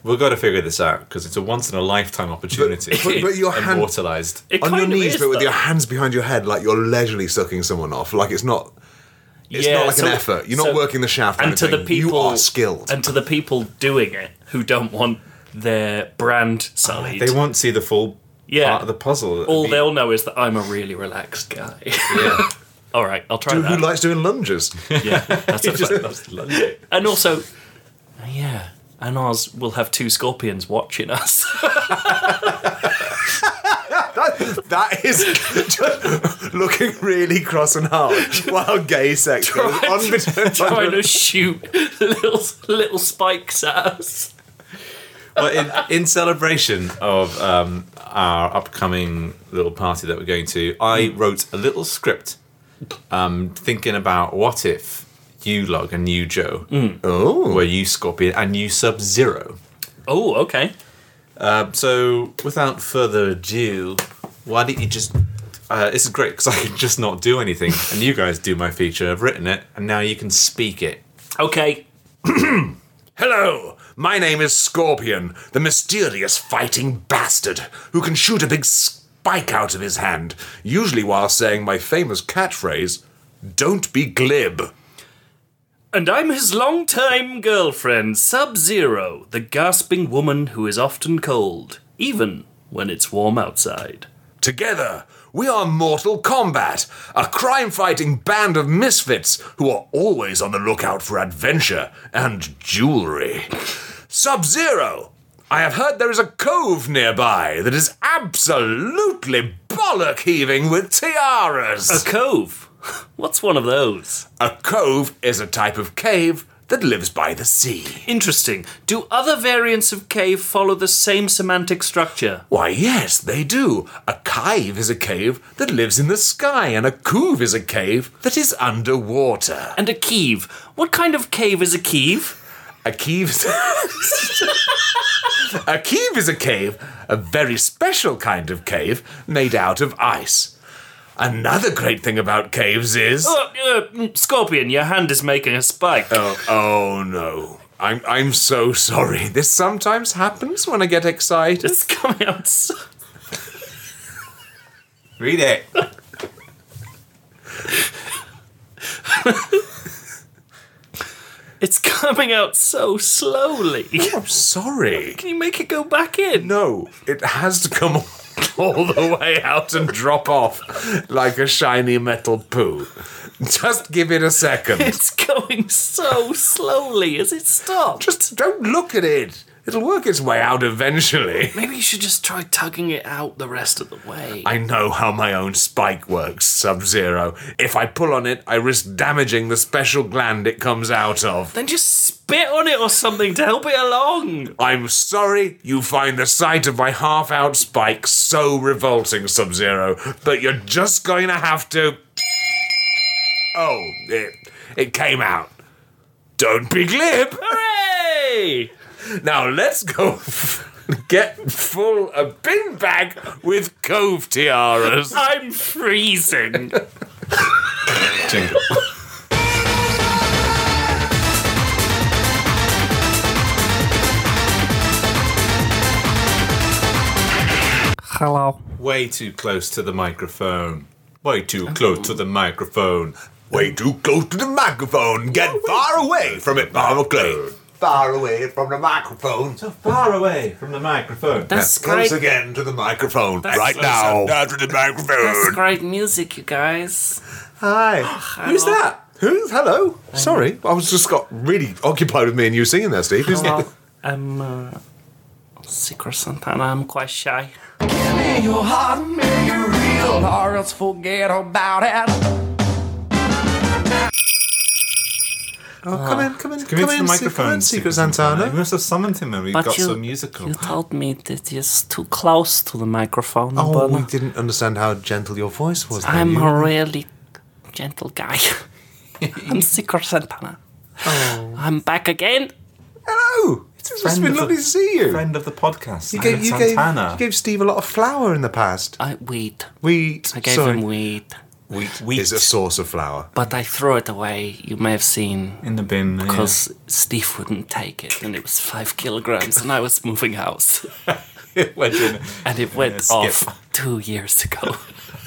[SPEAKER 2] We've got to figure this out because it's a once in a lifetime opportunity.
[SPEAKER 3] but- but your hand-
[SPEAKER 2] immortalized.
[SPEAKER 4] It
[SPEAKER 3] on
[SPEAKER 4] kind
[SPEAKER 3] your
[SPEAKER 4] of
[SPEAKER 3] knees,
[SPEAKER 4] is,
[SPEAKER 3] but with
[SPEAKER 4] though.
[SPEAKER 3] your hands behind your head like you're leisurely sucking someone off. Like it's not it's
[SPEAKER 4] Yeah,
[SPEAKER 3] not like
[SPEAKER 4] so-
[SPEAKER 3] an effort. You're not
[SPEAKER 4] so-
[SPEAKER 3] working the shaft. or
[SPEAKER 4] and to the
[SPEAKER 3] anything.
[SPEAKER 4] people
[SPEAKER 3] you are skilled.
[SPEAKER 4] and to the people doing it who don't want their brand sullied.
[SPEAKER 2] They won't see the full
[SPEAKER 4] Yeah.
[SPEAKER 2] part of the puzzle. It'd
[SPEAKER 4] all
[SPEAKER 2] be-
[SPEAKER 4] they'll know is that I'm a really relaxed guy.
[SPEAKER 2] Yeah.
[SPEAKER 4] All right, I'll try
[SPEAKER 3] Who
[SPEAKER 4] that.
[SPEAKER 3] likes doing lunges?
[SPEAKER 4] yeah, that's a
[SPEAKER 2] Just
[SPEAKER 4] fact.
[SPEAKER 2] loves London.
[SPEAKER 4] And also, yeah, and ours will have two scorpions watching us.
[SPEAKER 3] That, that is just looking really cross and hard while gay sex goes on between
[SPEAKER 4] trying to shoot little little spikes at us.
[SPEAKER 2] but in, in celebration of um, our upcoming little party that we're going to,
[SPEAKER 4] Mm.
[SPEAKER 2] I wrote a little script um, thinking about what if you log and you Joe
[SPEAKER 4] Mm.
[SPEAKER 3] Oh.
[SPEAKER 2] were you Scorpion and you Sub Zero.
[SPEAKER 4] Oh, okay.
[SPEAKER 2] So, without further ado, why don't you just. Uh, this is great because I can just not do anything, and you guys do my feature. I've written it, and now you can speak it.
[SPEAKER 4] Okay.
[SPEAKER 3] Hello, my name is Scorpion, the mysterious fighting bastard who can shoot a big spike out of his hand, usually while saying my famous catchphrase, Don't be glib.
[SPEAKER 4] And I'm his long-time girlfriend, Sub Zero, the gasping woman who is often cold, even when it's warm outside.
[SPEAKER 3] Together, we are Mortal Kombat, a crime fighting band of misfits who are always on the lookout for adventure and jewelry. Sub Zero! I have heard there is a cove nearby that is absolutely bollock heaving with tiaras.
[SPEAKER 4] A cove. What's one of those?
[SPEAKER 3] A cove is a type of cave that lives by the sea.
[SPEAKER 4] Interesting. Do other variants of cave follow the same semantic structure?
[SPEAKER 3] Why, yes, they do. A cave is a cave that lives in the sky, and a cove is a cave that is underwater.
[SPEAKER 4] And a keeve. What kind of cave is a keeve?
[SPEAKER 3] A cave is. a cave is a cave, a very special kind of cave made out of ice. Another great thing about caves is.
[SPEAKER 4] Uh, uh, mm, Scorpion, your hand is making a spike.
[SPEAKER 3] Oh, oh no. I'm, I'm so sorry. This sometimes happens when I get excited.
[SPEAKER 4] It's coming out. So-
[SPEAKER 2] Read it.
[SPEAKER 4] it's coming out so slowly. Can
[SPEAKER 3] I'm sorry.
[SPEAKER 4] you make it go back in?
[SPEAKER 3] No, it has to come all the way out and drop off like a shiny metal poo. Just give it a second.
[SPEAKER 4] It's going so slowly. Has it stopped?
[SPEAKER 3] Just don't look at it. It'll work its way out eventually.
[SPEAKER 4] Maybe you should just try tugging it out the rest of the way.
[SPEAKER 3] I know how my own spike works, Sub Zero. If I pull on it, I risk damaging the special gland it comes out of.
[SPEAKER 4] then just spit on it or something to help it along.
[SPEAKER 3] I'm sorry you find the sight of my half out spike so revolting, Sub Zero, but you're just going to have to. Oh, it, it came out. Don't be glib!
[SPEAKER 4] Hooray!
[SPEAKER 3] Now let's go get full a bin bag with cove tiaras.
[SPEAKER 4] I'm freezing.
[SPEAKER 2] Jingle.
[SPEAKER 4] Hello.
[SPEAKER 2] Way too close to the microphone. Way too close to the microphone.
[SPEAKER 3] Way too close to the microphone. Get far away from it, Mama Clay. Far away from the microphone.
[SPEAKER 2] Far away from the microphone.
[SPEAKER 4] That's
[SPEAKER 3] Close again to the microphone. right now. Down to the microphone.
[SPEAKER 4] great music, you guys.
[SPEAKER 3] Hi.
[SPEAKER 2] Oh,
[SPEAKER 3] Who's that? Who? Hello. Sorry, I was just got really occupied with me and you singing there, Steve. Who's that?
[SPEAKER 2] Oh,
[SPEAKER 4] I'm uh, sick or something. I'm quite shy.
[SPEAKER 1] your heart and make it real, or else forget about it.
[SPEAKER 3] Oh, come in, come in,
[SPEAKER 2] Come into the microphone.
[SPEAKER 3] Secret
[SPEAKER 2] Secret Santana. We
[SPEAKER 3] Santana.
[SPEAKER 2] must have summoned him and we
[SPEAKER 4] But
[SPEAKER 2] got
[SPEAKER 4] you-
[SPEAKER 2] so musical.
[SPEAKER 4] You told me that it's too close to the microphone.
[SPEAKER 3] Oh,
[SPEAKER 4] but
[SPEAKER 3] we didn't understand how gentle your voice was. then.
[SPEAKER 4] I'm
[SPEAKER 3] You-
[SPEAKER 4] a really gentle guy. I'm Sicker Santana. I'm back again.
[SPEAKER 3] Hello. It's just
[SPEAKER 2] friend
[SPEAKER 3] been
[SPEAKER 2] of
[SPEAKER 3] lovely
[SPEAKER 2] the-
[SPEAKER 3] to see you.
[SPEAKER 2] Friend of the podcast.
[SPEAKER 3] You gave,
[SPEAKER 2] Alex
[SPEAKER 3] you, gave,
[SPEAKER 2] Santana.
[SPEAKER 3] you gave Steve a lot of flour in the past.
[SPEAKER 4] I wheat.
[SPEAKER 3] Wheat.
[SPEAKER 4] I gave
[SPEAKER 3] sorry.
[SPEAKER 4] him wheat,
[SPEAKER 2] Wheat, wheat
[SPEAKER 3] Is a source of flour.
[SPEAKER 4] but I threw it away. You may have seen
[SPEAKER 2] in the bin. yeah.
[SPEAKER 4] because Steve wouldn't take it, and it was five kilograms, and I was moving house,
[SPEAKER 2] it went in.
[SPEAKER 4] and it went
[SPEAKER 2] skip.
[SPEAKER 4] off two years ago.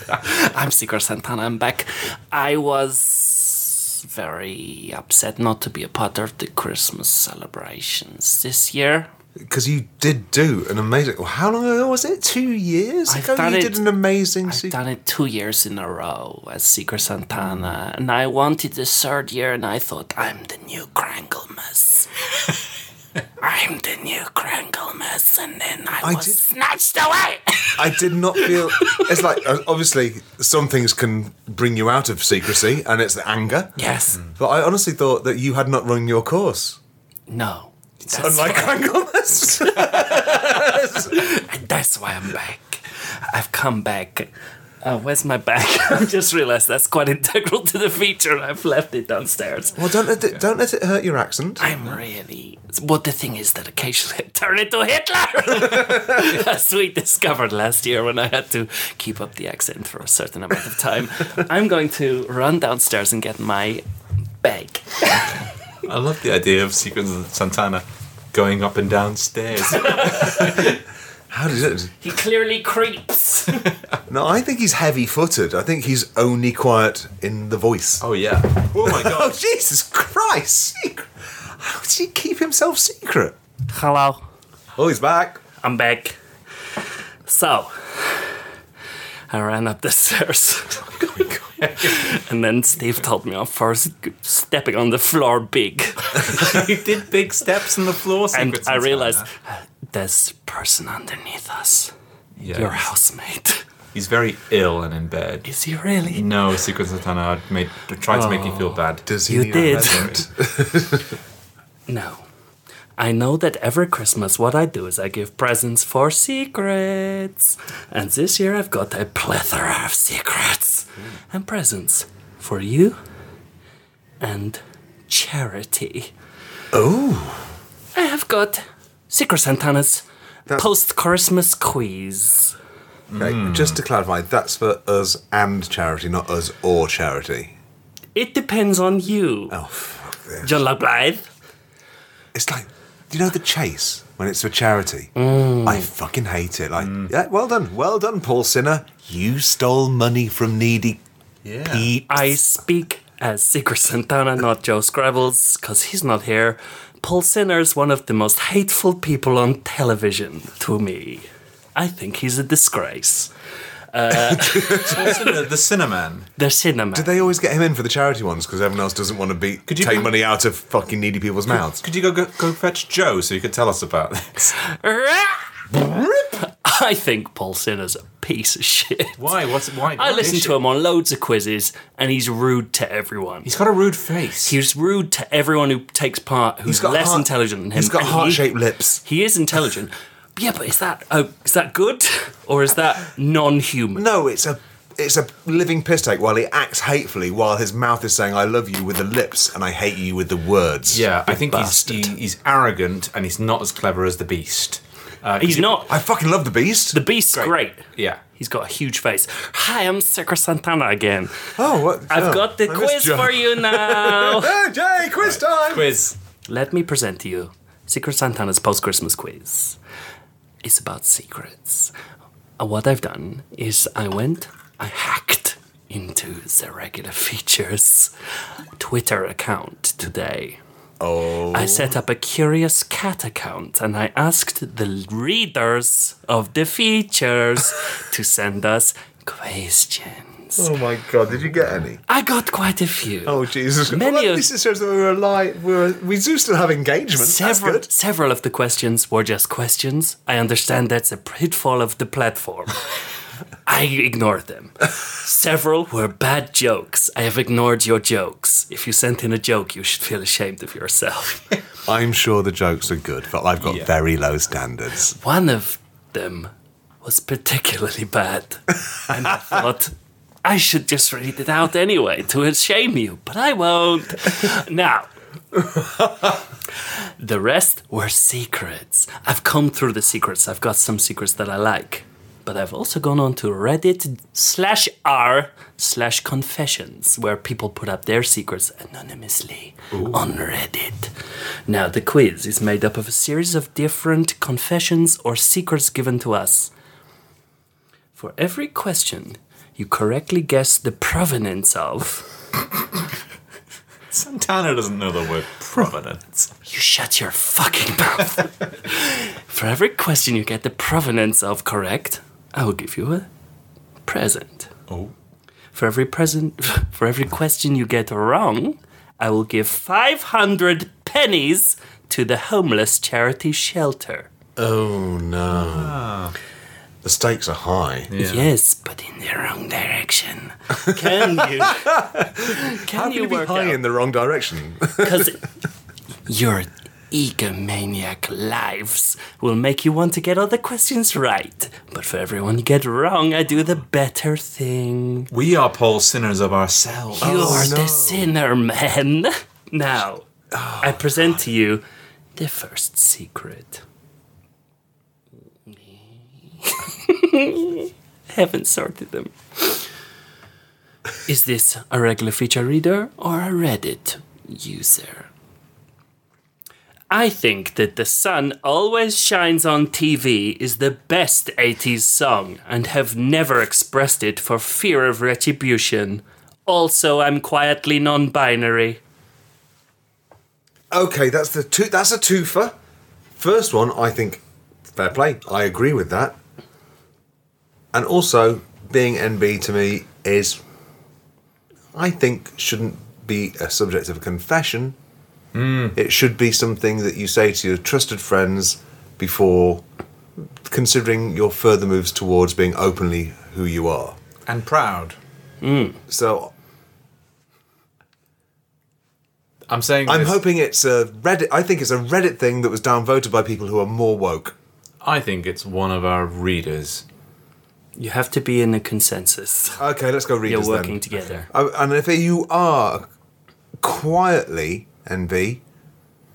[SPEAKER 4] I'm Sigur Santana. I'm back. I was very upset not to be a part of the Christmas celebrations this year.
[SPEAKER 3] Because you did do an amazing. well, How long ago was it? Two years
[SPEAKER 4] I've
[SPEAKER 3] ago.
[SPEAKER 4] done
[SPEAKER 3] you
[SPEAKER 4] it-
[SPEAKER 3] did an amazing. se-
[SPEAKER 4] I've done it two years in a row as Secret Santana, and I wanted the third year, and I thought, I'm the new Kranglemas. I'm the new Kranglemas, and then I,
[SPEAKER 3] I
[SPEAKER 4] was
[SPEAKER 3] did-
[SPEAKER 4] snatched away.
[SPEAKER 3] I did not feel. It's like uh, obviously some things can bring you out of secrecy, and it's the anger.
[SPEAKER 4] yes.
[SPEAKER 3] But I honestly thought that you had not run your course.
[SPEAKER 4] No. That's,
[SPEAKER 3] Unlike Anglemas.
[SPEAKER 4] that's why I'm back. I've come back. Uh, where's my bag? I just realized that's quite integral to the feature. and I've left it downstairs.
[SPEAKER 3] well, don't let it, don't let it hurt your accent.
[SPEAKER 4] I'm really. Well, the thing is that occasionally I turn into Hitler, as we discovered last year when I had to keep up the accent for a certain amount of time. I'm going to run downstairs and get my bag.
[SPEAKER 2] I love the idea of Secret Santana going up and down stairs.
[SPEAKER 3] How did it?
[SPEAKER 4] He clearly creeps.
[SPEAKER 3] No, I think he's heavy-footed. I think he's only quiet in the voice.
[SPEAKER 2] oh yeah. Oh my
[SPEAKER 3] Oh
[SPEAKER 2] god.
[SPEAKER 3] Jesus Christ! Secret. How does he keep himself secret?
[SPEAKER 4] Hello,
[SPEAKER 3] Oh, he's back.
[SPEAKER 4] I'm back. So, I ran up the stairs. and then Steve told me off for stepping on the floor big.
[SPEAKER 2] you did big steps on the floor.
[SPEAKER 4] and
[SPEAKER 2] Secret
[SPEAKER 4] I
[SPEAKER 2] Santana.
[SPEAKER 4] realized uh, this person underneath us,
[SPEAKER 2] Yeah,
[SPEAKER 4] your
[SPEAKER 2] he's-
[SPEAKER 4] housemate.
[SPEAKER 2] He's very ill and in bed.
[SPEAKER 4] Is he really?
[SPEAKER 2] No, Secret Santana I made tried to make you feel bad.
[SPEAKER 3] Does he
[SPEAKER 4] You
[SPEAKER 3] need a
[SPEAKER 4] did.
[SPEAKER 3] present?
[SPEAKER 4] No. I know that every Christmas, what I do is I give presents for secrets. And this year I've got a plethora of secrets and presents for you and charity. Oh. I have got Secret Santana's
[SPEAKER 3] That's-
[SPEAKER 4] post Christmas quiz.
[SPEAKER 3] Okay, Just to clarify, that's for us and charity, not us or charity.
[SPEAKER 4] It depends on you,
[SPEAKER 3] Oh, fuck this.
[SPEAKER 4] John LaBlythe.
[SPEAKER 3] It's like, do you know the chase when it's for charity? I fucking hate it. Like, yeah, well done. Well done, Paul Sinner. You stole money from needy
[SPEAKER 2] Yeah.
[SPEAKER 3] peeps.
[SPEAKER 4] I speak as Secret Santana, not Joe Scrabbles, because he's not here. Paul Sinner's one of the most hateful people on television to me. I think he's a disgrace.
[SPEAKER 2] the, the Cinnamon.
[SPEAKER 4] The cinema.
[SPEAKER 3] Did they always get him in for the charity ones because everyone else doesn't want to be
[SPEAKER 2] you-
[SPEAKER 3] take money out of fucking needy people's mouths?
[SPEAKER 2] Could you go, go go fetch Joe so you could tell us about this?
[SPEAKER 4] I think Paul Sinner's a piece of shit.
[SPEAKER 2] Why? What's why?
[SPEAKER 4] I
[SPEAKER 2] why
[SPEAKER 4] listen
[SPEAKER 2] is
[SPEAKER 4] to
[SPEAKER 2] she-
[SPEAKER 4] him on loads of quizzes, and he's rude to everyone.
[SPEAKER 2] He's got a rude face.
[SPEAKER 4] He's rude to everyone who takes part, who's
[SPEAKER 3] He's got
[SPEAKER 4] less
[SPEAKER 3] heart-
[SPEAKER 4] intelligent than him.
[SPEAKER 3] He's got
[SPEAKER 4] and he-
[SPEAKER 3] heart-shaped lips.
[SPEAKER 4] He is intelligent. But yeah, but is that oh, is that good or is that non-human?
[SPEAKER 3] No, it's a it's a living piss take while he acts hatefully while his mouth is saying "I love you" with the lips and "I hate you" with the words.
[SPEAKER 2] yeah, I think he's,
[SPEAKER 4] bastard.
[SPEAKER 2] he- he's arrogant and he's not as clever as the Beast. Uh,
[SPEAKER 4] He's not.
[SPEAKER 3] I fucking love the Beast.
[SPEAKER 4] The beast's great.
[SPEAKER 2] Yeah.
[SPEAKER 4] He's got a huge face. Hi, I'm Secret Santana again.
[SPEAKER 3] oh, what?
[SPEAKER 4] I've
[SPEAKER 3] oh,
[SPEAKER 4] got the
[SPEAKER 3] I missed
[SPEAKER 4] quiz
[SPEAKER 3] Joe.
[SPEAKER 4] for you now.
[SPEAKER 3] Hey, Jay, quiz time.
[SPEAKER 2] Quiz.
[SPEAKER 4] Let me present to you Secret Santana's post Christmas quiz. It's about secrets. Uh, What I've done is I went, I hacked into the regular features Twitter account today. Oh. I set up a curious cat account and I asked the readers of the features to send us questions.
[SPEAKER 3] Oh my god, did you get any?
[SPEAKER 4] I got quite a few.
[SPEAKER 3] Oh Jesus!
[SPEAKER 4] Many
[SPEAKER 3] well, at
[SPEAKER 4] of-
[SPEAKER 3] least it shows that we were alive. We were, we do still have engagement.
[SPEAKER 4] Several,
[SPEAKER 3] That's good.
[SPEAKER 4] several of the questions were just questions. I understand that's a pitfall of the platform. I ignored them. Several were bad jokes. I have ignored your jokes. If you sent in a joke, you should feel ashamed of yourself.
[SPEAKER 3] I'm sure the jokes are good, but I've got
[SPEAKER 2] Yeah.
[SPEAKER 3] very low standards.
[SPEAKER 4] One of them was particularly bad. And I thought, I should just read it out anyway to shame you, but I won't. Now, the rest were secrets. I've come through the secrets. I've got some secrets that I like. But I've also gone on to Reddit slash r slash confessions, where people put up their secrets anonymously on Reddit. Now, the quiz is made up of a series of different confessions or secrets given to us. For every question you correctly guess the provenance of,
[SPEAKER 2] Santana doesn't know the word providence.
[SPEAKER 4] You shut your fucking mouth. For every question you get the provenance of correct, I will give you a present.
[SPEAKER 2] Oh.
[SPEAKER 4] For every present, for every question you get wrong, I will give 500 pennies to the homeless charity shelter.
[SPEAKER 3] Oh no. Ah. The stakes are high.
[SPEAKER 4] Yes, but in the wrong direction. Can you? Can
[SPEAKER 3] How can
[SPEAKER 4] you
[SPEAKER 3] you be
[SPEAKER 4] work
[SPEAKER 3] high
[SPEAKER 4] out?
[SPEAKER 3] in the wrong direction?
[SPEAKER 4] Because your egomaniac lives will make you want to get all the questions right. But for everyone you get wrong, I do the better thing.
[SPEAKER 2] We are Paul sinners of ourselves.
[SPEAKER 4] You're
[SPEAKER 3] no.
[SPEAKER 4] the sinner, man. Now, I present to you the first secret. Haven't sorted them. Is this a regular feature reader or a Reddit user? I think that The Sun Always Shines on TV is the best 80s song and have never expressed it for fear of retribution. Also, I'm quietly non binary.
[SPEAKER 3] okay, that's the two. That's a twofer. First one, I think, fair play. I agree with that. And also, being NB to me is, I think, shouldn't be a subject of a confession. It should be something that you say to your trusted friends before considering your further moves towards being openly who you are.
[SPEAKER 2] And proud.
[SPEAKER 3] So
[SPEAKER 2] I'm saying.
[SPEAKER 3] I'm
[SPEAKER 2] this-
[SPEAKER 3] hoping it's a Reddit. I think it's a Reddit thing that was downvoted by people who are more woke.
[SPEAKER 2] I think it's one of our readers.
[SPEAKER 4] You have to be in a consensus.
[SPEAKER 3] Okay, let's go read
[SPEAKER 4] You're
[SPEAKER 3] this
[SPEAKER 4] working
[SPEAKER 3] then.
[SPEAKER 4] together.
[SPEAKER 3] Oh, and if you are quietly NB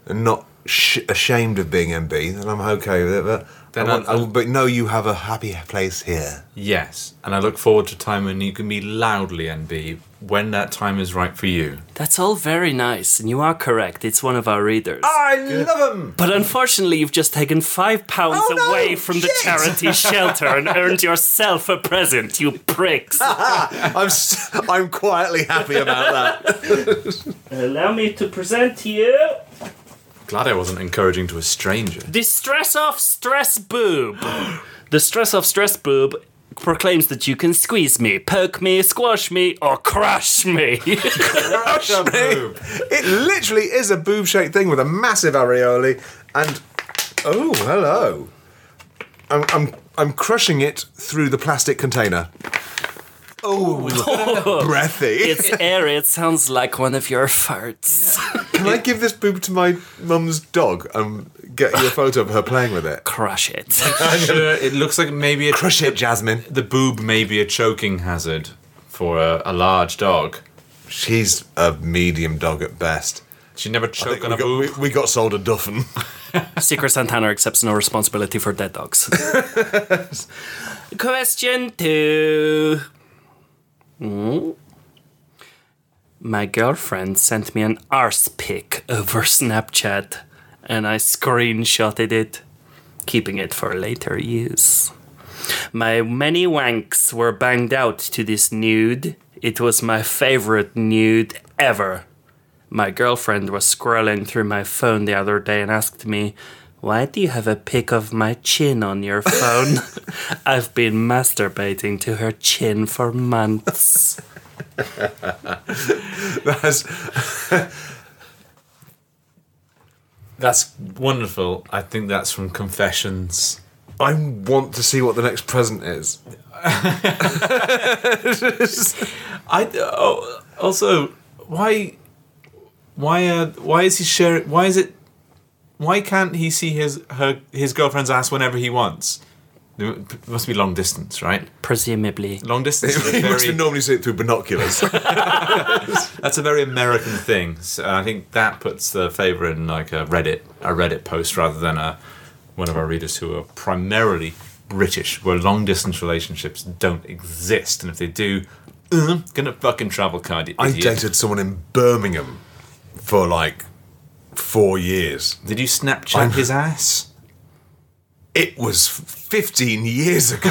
[SPEAKER 3] and not sh- ashamed of being NB, then I'm okay with it. But
[SPEAKER 2] Then
[SPEAKER 3] I want-
[SPEAKER 2] I'll-
[SPEAKER 3] I- but no, you have a happy place here.
[SPEAKER 2] Yes, and I look forward to a time when you can be loudly NB when that time is right for you.
[SPEAKER 4] That's all very nice, and you are correct. It's one of our readers.
[SPEAKER 3] I love them.
[SPEAKER 4] But unfortunately, you've just taken five pounds
[SPEAKER 3] Oh, no!
[SPEAKER 4] away from the
[SPEAKER 3] Shit!
[SPEAKER 4] charity shelter and earned yourself a present, you pricks.
[SPEAKER 3] Ah! I'm s- I'm quietly happy about that.
[SPEAKER 4] Allow me to present to you
[SPEAKER 2] Glad I wasn't encouraging to a stranger.
[SPEAKER 4] The stress off stress boob. the stress off stress boob proclaims that you can squeeze me, poke me, squash me, or crush me.
[SPEAKER 2] Boob.
[SPEAKER 3] It literally is a boob shaped thing with a massive areoli and. Oh, hello. I'm, I'm, I'm crushing it through the plastic container. Oh, breathy.
[SPEAKER 4] it's airy. It sounds like one of your farts.
[SPEAKER 3] Can I give this boob to my mum's dog and get you a photo of her playing with it?
[SPEAKER 4] Crush it.
[SPEAKER 2] Sure, it looks like maybe it,
[SPEAKER 3] Crush it, Jasmine.
[SPEAKER 2] the boob may be a choking hazard for a, a large dog.
[SPEAKER 3] She's a medium dog at best.
[SPEAKER 2] She never
[SPEAKER 3] I think
[SPEAKER 2] choke on
[SPEAKER 3] We
[SPEAKER 2] a
[SPEAKER 3] got, we,
[SPEAKER 2] boob.
[SPEAKER 3] we got sold a duffin.
[SPEAKER 4] Secret Santana accepts no responsibility for dead dogs. Question two. Hmm. My girlfriend sent me an arse pic over Snapchat, and I screenshotted it, keeping it for later use. My many wanks were banged out to this nude. It was my favorite nude ever. My girlfriend was scrolling through my phone the other day and asked me, Why do you have a pic of my chin on your phone? I've been masturbating to her chin for months.
[SPEAKER 3] That's
[SPEAKER 2] That's wonderful. I think that's from Confessions.
[SPEAKER 3] I want to see what the next present is.
[SPEAKER 2] I oh, also why why uh, why is he sharing? Why is it? Why can't he see his her his girlfriend's ass whenever he wants? It must be long distance, right?
[SPEAKER 4] Presumably.
[SPEAKER 2] Long distance. is a
[SPEAKER 3] You must
[SPEAKER 2] very-
[SPEAKER 3] normally see it through binoculars.
[SPEAKER 2] That's a very American thing. So I think that puts the favour in like a Reddit, a Reddit post rather than a one of our readers who are primarily British, where long distance relationships don't exist, and if they do, uh, gonna fucking travel card you
[SPEAKER 3] I
[SPEAKER 2] idiot.
[SPEAKER 3] dated someone in Birmingham for like four years.
[SPEAKER 2] Did you Snapchat
[SPEAKER 3] I'm-
[SPEAKER 2] his ass?
[SPEAKER 3] It was 15 years ago.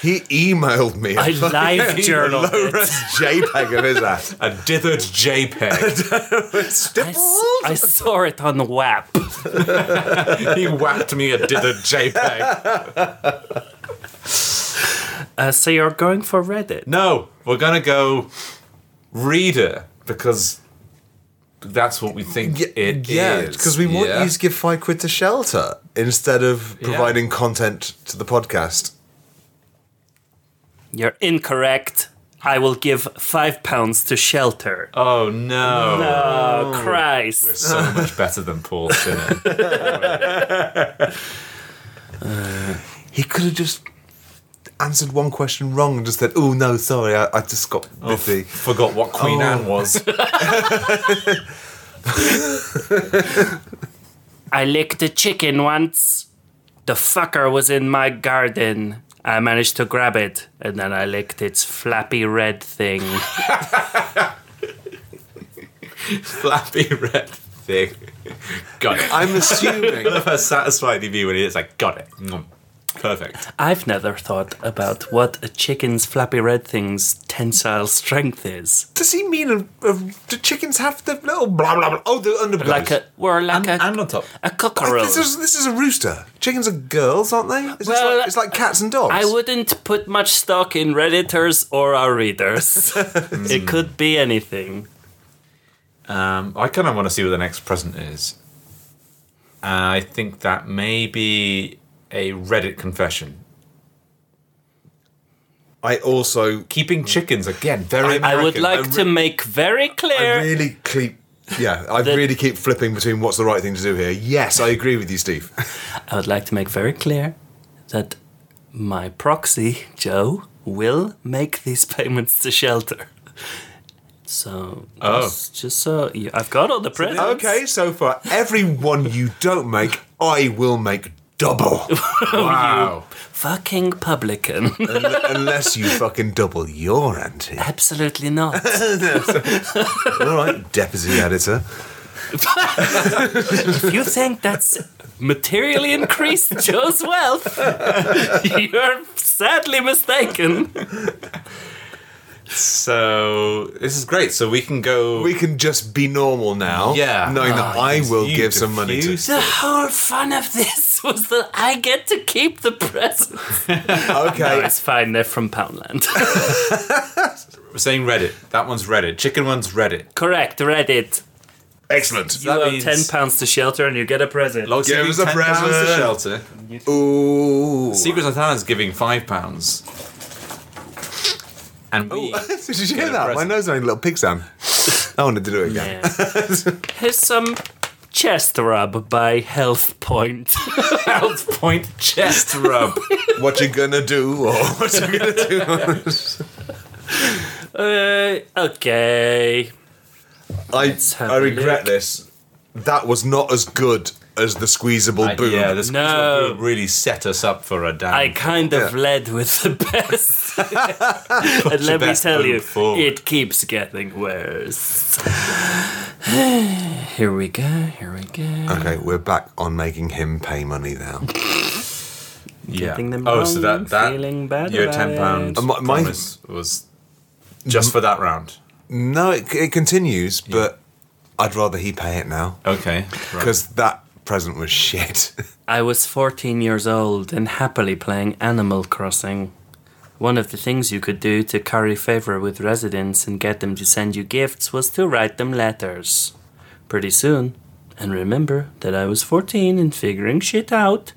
[SPEAKER 3] he emailed me.
[SPEAKER 4] I live journaled it.
[SPEAKER 3] res JPEG of his ass.
[SPEAKER 2] A dithered JPEG.
[SPEAKER 4] I, s- I saw it on the WAP.
[SPEAKER 2] he whacked me a dithered JPEG.
[SPEAKER 4] Uh, so you're going for Reddit?
[SPEAKER 2] No, we're gonna go reader because that's what we think it is.
[SPEAKER 3] yeah, because we want
[SPEAKER 2] Yeah.
[SPEAKER 3] you to give five quid to shelter instead of providing content to the podcast.
[SPEAKER 4] You're incorrect. I will give five pounds to shelter. Oh,
[SPEAKER 2] Oh no.
[SPEAKER 4] Christ.
[SPEAKER 2] so much better than Paul Sinner.
[SPEAKER 3] He could have just answered one question wrong and just said, "Oh no, sorry, I, I just got
[SPEAKER 2] Oh.
[SPEAKER 3] busy."
[SPEAKER 2] Forgot what Queen
[SPEAKER 3] Oh.
[SPEAKER 2] Anne was.
[SPEAKER 4] I licked a chicken once. The fucker was in my garden. I managed to grab it, and then I licked its flappy red thing.
[SPEAKER 2] Flappy red thing. Got it.
[SPEAKER 3] I'm assuming.
[SPEAKER 2] How satisfied he'd be when he's like, got it. Mm. Perfect.
[SPEAKER 4] I've never thought about what a chicken's flappy red thing's tensile strength is.
[SPEAKER 3] Does he mean a, a, do chickens have the little blah blah blah? Oh, the underbelly.
[SPEAKER 4] Like a, we're like a,
[SPEAKER 2] on top.
[SPEAKER 4] a cockerel.
[SPEAKER 3] This is, this is a rooster. Chickens are girls, aren't they? It's, just
[SPEAKER 4] Well,
[SPEAKER 3] like, it's like cats and dogs.
[SPEAKER 4] I wouldn't put much stock in redditors or our readers. it could be anything.
[SPEAKER 2] Um, I kind of want to see what the next present is. I think that may be a Reddit confession.
[SPEAKER 3] I also
[SPEAKER 2] Keeping chickens again, very.
[SPEAKER 3] I-
[SPEAKER 4] I would
[SPEAKER 3] American.
[SPEAKER 4] like
[SPEAKER 3] I
[SPEAKER 4] to make very
[SPEAKER 3] I
[SPEAKER 4] clear
[SPEAKER 3] really keep. Yeah, I really keep flipping between what's the right thing to do here. Yes, I agree with you, Steve.
[SPEAKER 4] I would like to make very clear that my proxy, Joe, will make these payments to shelter. So,
[SPEAKER 2] Oh.
[SPEAKER 4] just, just so you, I've got all the presents.
[SPEAKER 3] Okay, so for every one you don't make, I will make double.
[SPEAKER 2] wow.
[SPEAKER 4] Fucking publican.
[SPEAKER 3] Un- Unless you fucking double your ante.
[SPEAKER 4] Absolutely not.
[SPEAKER 3] All right, deputy editor.
[SPEAKER 4] If you think that's materially increased Joe's wealth, you're sadly mistaken.
[SPEAKER 2] So this is great. So we can go.
[SPEAKER 3] We can just be normal now.
[SPEAKER 2] Yeah.
[SPEAKER 3] Knowing that
[SPEAKER 2] Ah,
[SPEAKER 3] I
[SPEAKER 2] yes,
[SPEAKER 3] will
[SPEAKER 2] you
[SPEAKER 3] give some money to.
[SPEAKER 2] diffuse
[SPEAKER 4] The whole fun of this This was the I get to keep the present.
[SPEAKER 3] Okay.
[SPEAKER 4] It's fine. They're from Poundland.
[SPEAKER 2] We're saying Reddit. That one's Reddit. Chicken one's Reddit.
[SPEAKER 4] Correct. Reddit.
[SPEAKER 3] Excellent.
[SPEAKER 4] You
[SPEAKER 2] That
[SPEAKER 4] owe
[SPEAKER 2] means-
[SPEAKER 4] ten pounds to shelter, and you get a present.
[SPEAKER 2] Log's
[SPEAKER 3] Give
[SPEAKER 2] giving
[SPEAKER 3] us a
[SPEAKER 2] ten pounds to
[SPEAKER 3] present.
[SPEAKER 2] shelter.
[SPEAKER 3] Ooh.
[SPEAKER 2] Secret Santana's giving five pounds. And we
[SPEAKER 3] Did you
[SPEAKER 2] Get
[SPEAKER 3] hear
[SPEAKER 2] a
[SPEAKER 3] that? My
[SPEAKER 2] present.
[SPEAKER 3] nose is like a little pig sound. I wanted to do it again.
[SPEAKER 4] Yeah. Here's some chest rub by Health Point.
[SPEAKER 2] health point chest rub.
[SPEAKER 3] What you gonna do? Or what you gonna do?
[SPEAKER 4] uh, okay.
[SPEAKER 3] I,
[SPEAKER 4] have
[SPEAKER 3] I
[SPEAKER 4] a
[SPEAKER 3] regret
[SPEAKER 4] look.
[SPEAKER 3] this. That was not as good as the squeezable boom.
[SPEAKER 2] yeah, this
[SPEAKER 4] No.
[SPEAKER 2] this really set us up for a damn.
[SPEAKER 4] I kind of
[SPEAKER 3] Yeah.
[SPEAKER 4] led with the best. and
[SPEAKER 2] your
[SPEAKER 4] let me
[SPEAKER 2] best
[SPEAKER 4] tell
[SPEAKER 2] foot
[SPEAKER 4] you,
[SPEAKER 2] forward.
[SPEAKER 4] it keeps getting worse. here we go, here we go.
[SPEAKER 3] Okay, we're back on making him pay money now.
[SPEAKER 2] yeah.
[SPEAKER 4] getting them
[SPEAKER 2] oh, so
[SPEAKER 4] wrong,
[SPEAKER 2] that that
[SPEAKER 4] feeling bad
[SPEAKER 2] your
[SPEAKER 4] about
[SPEAKER 2] ten pound
[SPEAKER 3] it. Uh, my- my-
[SPEAKER 2] promise was just for that round.
[SPEAKER 3] No, it, it continues, but I'd rather he pay it now
[SPEAKER 2] Okay, right.
[SPEAKER 3] because that present was shit.
[SPEAKER 4] I was 14 years old and happily playing Animal Crossing. One of the things you could do to curry favor with residents and get them to send you gifts was to write them letters. Pretty soon, and remember that I was 14 and figuring shit out,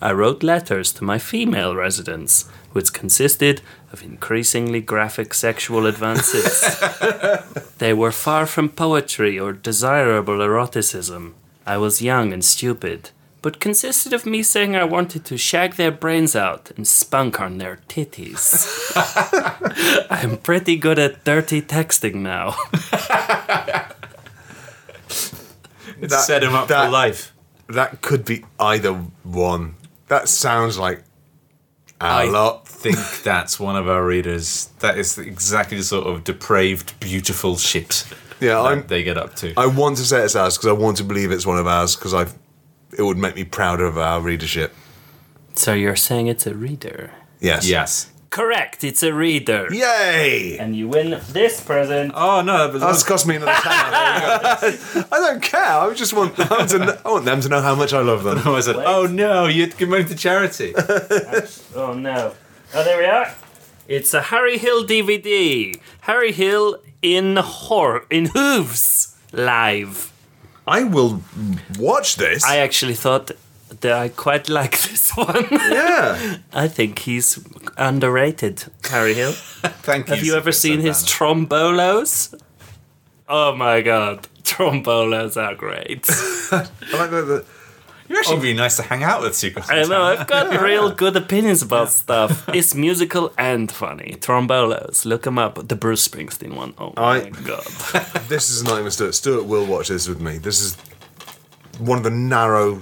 [SPEAKER 4] I wrote letters to my female residents, which consisted of increasingly graphic sexual advances. They were far from poetry or desirable eroticism. I was young and stupid, but consisted of me saying I wanted to shag their brains out and spunk on their titties. I'm pretty good at dirty texting now.
[SPEAKER 2] It
[SPEAKER 3] that-
[SPEAKER 2] set him up
[SPEAKER 3] that-
[SPEAKER 2] for life.
[SPEAKER 3] that could be either one. That sounds like a
[SPEAKER 2] I
[SPEAKER 3] lot.
[SPEAKER 2] think that's one of our readers. That is exactly the sort of depraved, beautiful shit
[SPEAKER 3] Yeah,
[SPEAKER 2] that
[SPEAKER 3] I'm,
[SPEAKER 2] they get up to.
[SPEAKER 3] I want to say it's ours because I want to believe it's one of ours because I, it would make me proud of our readership.
[SPEAKER 4] so you're saying it's a reader?
[SPEAKER 3] Yes.
[SPEAKER 2] yes.
[SPEAKER 4] Correct, it's a reader.
[SPEAKER 3] Yay!
[SPEAKER 4] And you win this present.
[SPEAKER 2] Oh no, but
[SPEAKER 3] That's cost me another pound. There you go. I don't care. I just want, I want, to know, I want them to know how much I love them.
[SPEAKER 2] I said, oh no, you're giving to charity.
[SPEAKER 4] Oh no. Oh, there we are. It's a Harry Hill DVD. Harry Hill in horror in hooves live.
[SPEAKER 3] I will watch this.
[SPEAKER 4] I actually thought that I quite like this one.
[SPEAKER 3] yeah.
[SPEAKER 4] I think he's underrated, Harry Hill.
[SPEAKER 2] Thank you.
[SPEAKER 4] Have you ever seen his
[SPEAKER 2] Santana.
[SPEAKER 4] trombolos? Oh my god, trombolos are great.
[SPEAKER 3] I like that. that-
[SPEAKER 2] You're actually really nice to hang out with, Secret.
[SPEAKER 4] Oh. I know, I've got real good opinions about stuff. It's musical and funny. Trombolos, look them up. The Bruce Springsteen one. Oh my
[SPEAKER 3] I-
[SPEAKER 4] god.
[SPEAKER 3] This is not even Stuart. Stuart will watch this with me. This is one of the narrow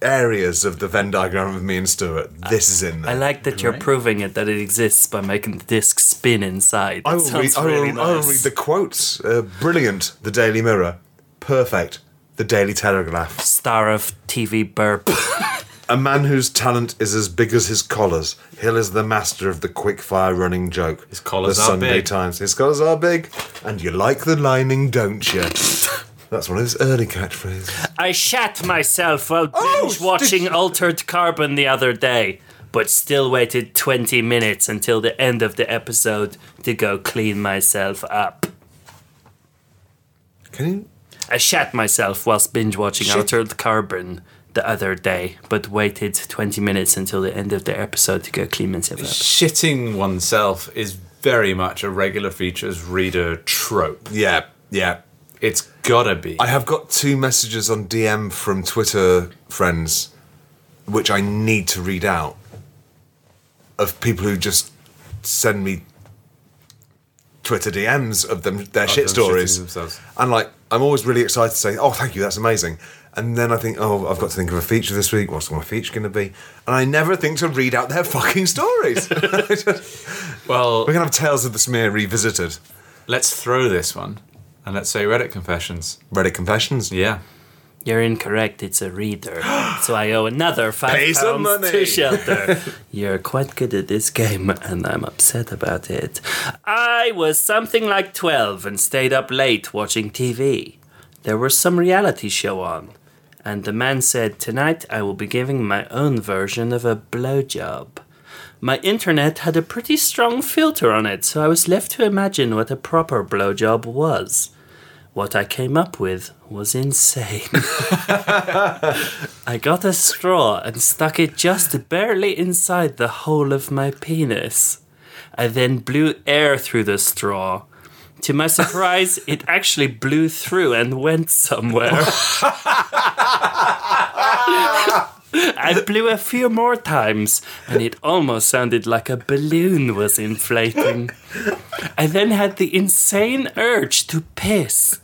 [SPEAKER 3] areas of the Venn diagram of me and Stuart. This is in
[SPEAKER 4] I
[SPEAKER 3] there.
[SPEAKER 4] like that you're proving it that it exists by making the disc spin inside.
[SPEAKER 3] I
[SPEAKER 4] That
[SPEAKER 3] will, read,
[SPEAKER 4] sounds
[SPEAKER 3] I, will,
[SPEAKER 4] really
[SPEAKER 3] I will
[SPEAKER 4] nice.
[SPEAKER 3] read the quotes. Uh, brilliant, the Daily Mirror. Perfect, the Daily Telegraph.
[SPEAKER 4] Star of TV burp.
[SPEAKER 3] A man whose talent is as big as his collars. Hill is the master of the quick-fire running joke. His
[SPEAKER 2] collars
[SPEAKER 3] the
[SPEAKER 2] are
[SPEAKER 3] Sunday
[SPEAKER 2] big.
[SPEAKER 3] Times. His collars are big, and you like the lining, don't you? That's one of his early catchphrases.
[SPEAKER 4] I shat myself while
[SPEAKER 3] Oh,
[SPEAKER 4] binge watching Altered Carbon the other day, but still waited 20 minutes until the end of the episode to go clean myself up.
[SPEAKER 3] Can you
[SPEAKER 4] I shat myself whilst binge watching Altered Carbon the other day, but waited 20 minutes until the end of the episode to go clean myself up.
[SPEAKER 2] Shitting oneself is very much a regular features reader trope.
[SPEAKER 3] Yeah, yeah.
[SPEAKER 2] It's gotta be.
[SPEAKER 3] I have got two messages on DM from Twitter friends, which I need to read out, of people who just send me Twitter DMs of them their shit
[SPEAKER 2] them
[SPEAKER 3] stories.
[SPEAKER 2] shitting themselves.
[SPEAKER 3] And like, I'm always really excited to say, "Oh, thank you, that's amazing." And then I think, "Oh, I've got to think of a feature this week. What's my feature going to be?" And I never think to read out their fucking stories.
[SPEAKER 2] well,
[SPEAKER 3] We're gonna have Tales of the Smear revisited.
[SPEAKER 2] let's throw this one and let's say Reddit confessions.
[SPEAKER 3] Reddit confessions.
[SPEAKER 2] Yeah.
[SPEAKER 4] You're incorrect. It's a reader. so I owe another five
[SPEAKER 3] Pay
[SPEAKER 4] pounds
[SPEAKER 3] some money.
[SPEAKER 4] to shelter. You're quite good at this game, and I'm upset about it. I was something like twelve and stayed up late watching TV. There was some reality show on, And the man said, Tonight I will be giving my own version of a blowjob. My internet had a pretty strong filter on it, so I was left to imagine what a proper blowjob was. What I came up with was insane. I got a straw and stuck it just barely inside the hole of my penis. I then blew air through the straw. To my surprise, it actually blew through and went somewhere. I blew a few more times, and it almost sounded like a balloon was inflating. I then had the insane urge to piss.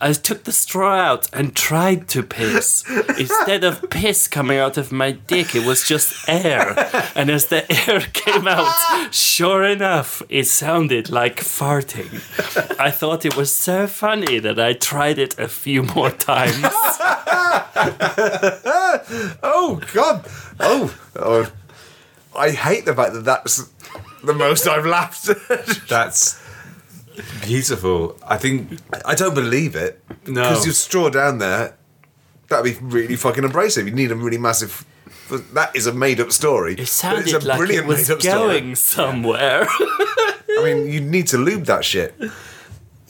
[SPEAKER 4] I took the straw out and tried to piss. Instead of piss coming out of my dick, it was just air. And as the air came out, sure enough, it sounded like farting. I thought it was so funny that I tried it a few more times.
[SPEAKER 3] Oh God! Oh, oh, I hate the fact that that's the most I've laughed.
[SPEAKER 2] That's beautiful. I think
[SPEAKER 3] I don't believe it.
[SPEAKER 2] No.
[SPEAKER 3] because your straw down there, that'd be really fucking abrasive. You need a really massive. That is a made-up story.
[SPEAKER 4] It sounded like it was going somewhere.
[SPEAKER 3] I mean, you need to lube that shit.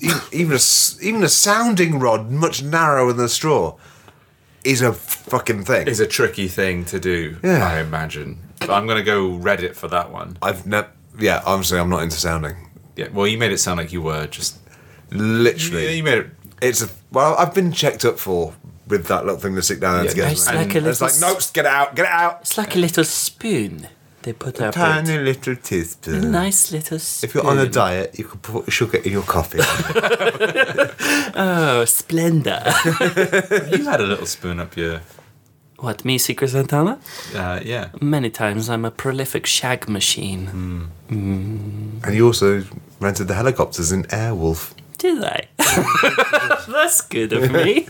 [SPEAKER 3] E- Even a s- even a sounding rod, much narrower than a straw, is a fucking thing.
[SPEAKER 2] is a tricky thing to do.
[SPEAKER 3] Yeah.
[SPEAKER 2] I imagine. But I'm gonna go Reddit for that one.
[SPEAKER 3] I've never. Yeah, honestly, I'm not into sounding.
[SPEAKER 2] Yeah. Well, you made it sound like you were just.
[SPEAKER 3] Literally,
[SPEAKER 2] Yeah, you made it.
[SPEAKER 3] It's a well. I've been checked up for with that little thing they stick down there
[SPEAKER 2] Yeah,
[SPEAKER 3] together.
[SPEAKER 4] it's
[SPEAKER 3] And
[SPEAKER 4] like a
[SPEAKER 3] it's like
[SPEAKER 4] little
[SPEAKER 3] nope, get it out, get it out.
[SPEAKER 4] it's like a little spoon they put up. it.
[SPEAKER 3] little
[SPEAKER 4] A
[SPEAKER 3] teaspoon.
[SPEAKER 4] nice little spoon.
[SPEAKER 3] If you're on a diet, you could put sugar in your coffee.
[SPEAKER 4] Oh, splendor.
[SPEAKER 2] You had a little spoon up your.
[SPEAKER 4] what, me, Secret Santana?
[SPEAKER 2] Uh, yeah.
[SPEAKER 4] Many times I'm a prolific shag machine.
[SPEAKER 3] Mm. and you also rented the helicopters in Airwolf.
[SPEAKER 4] Did I? That's good of me.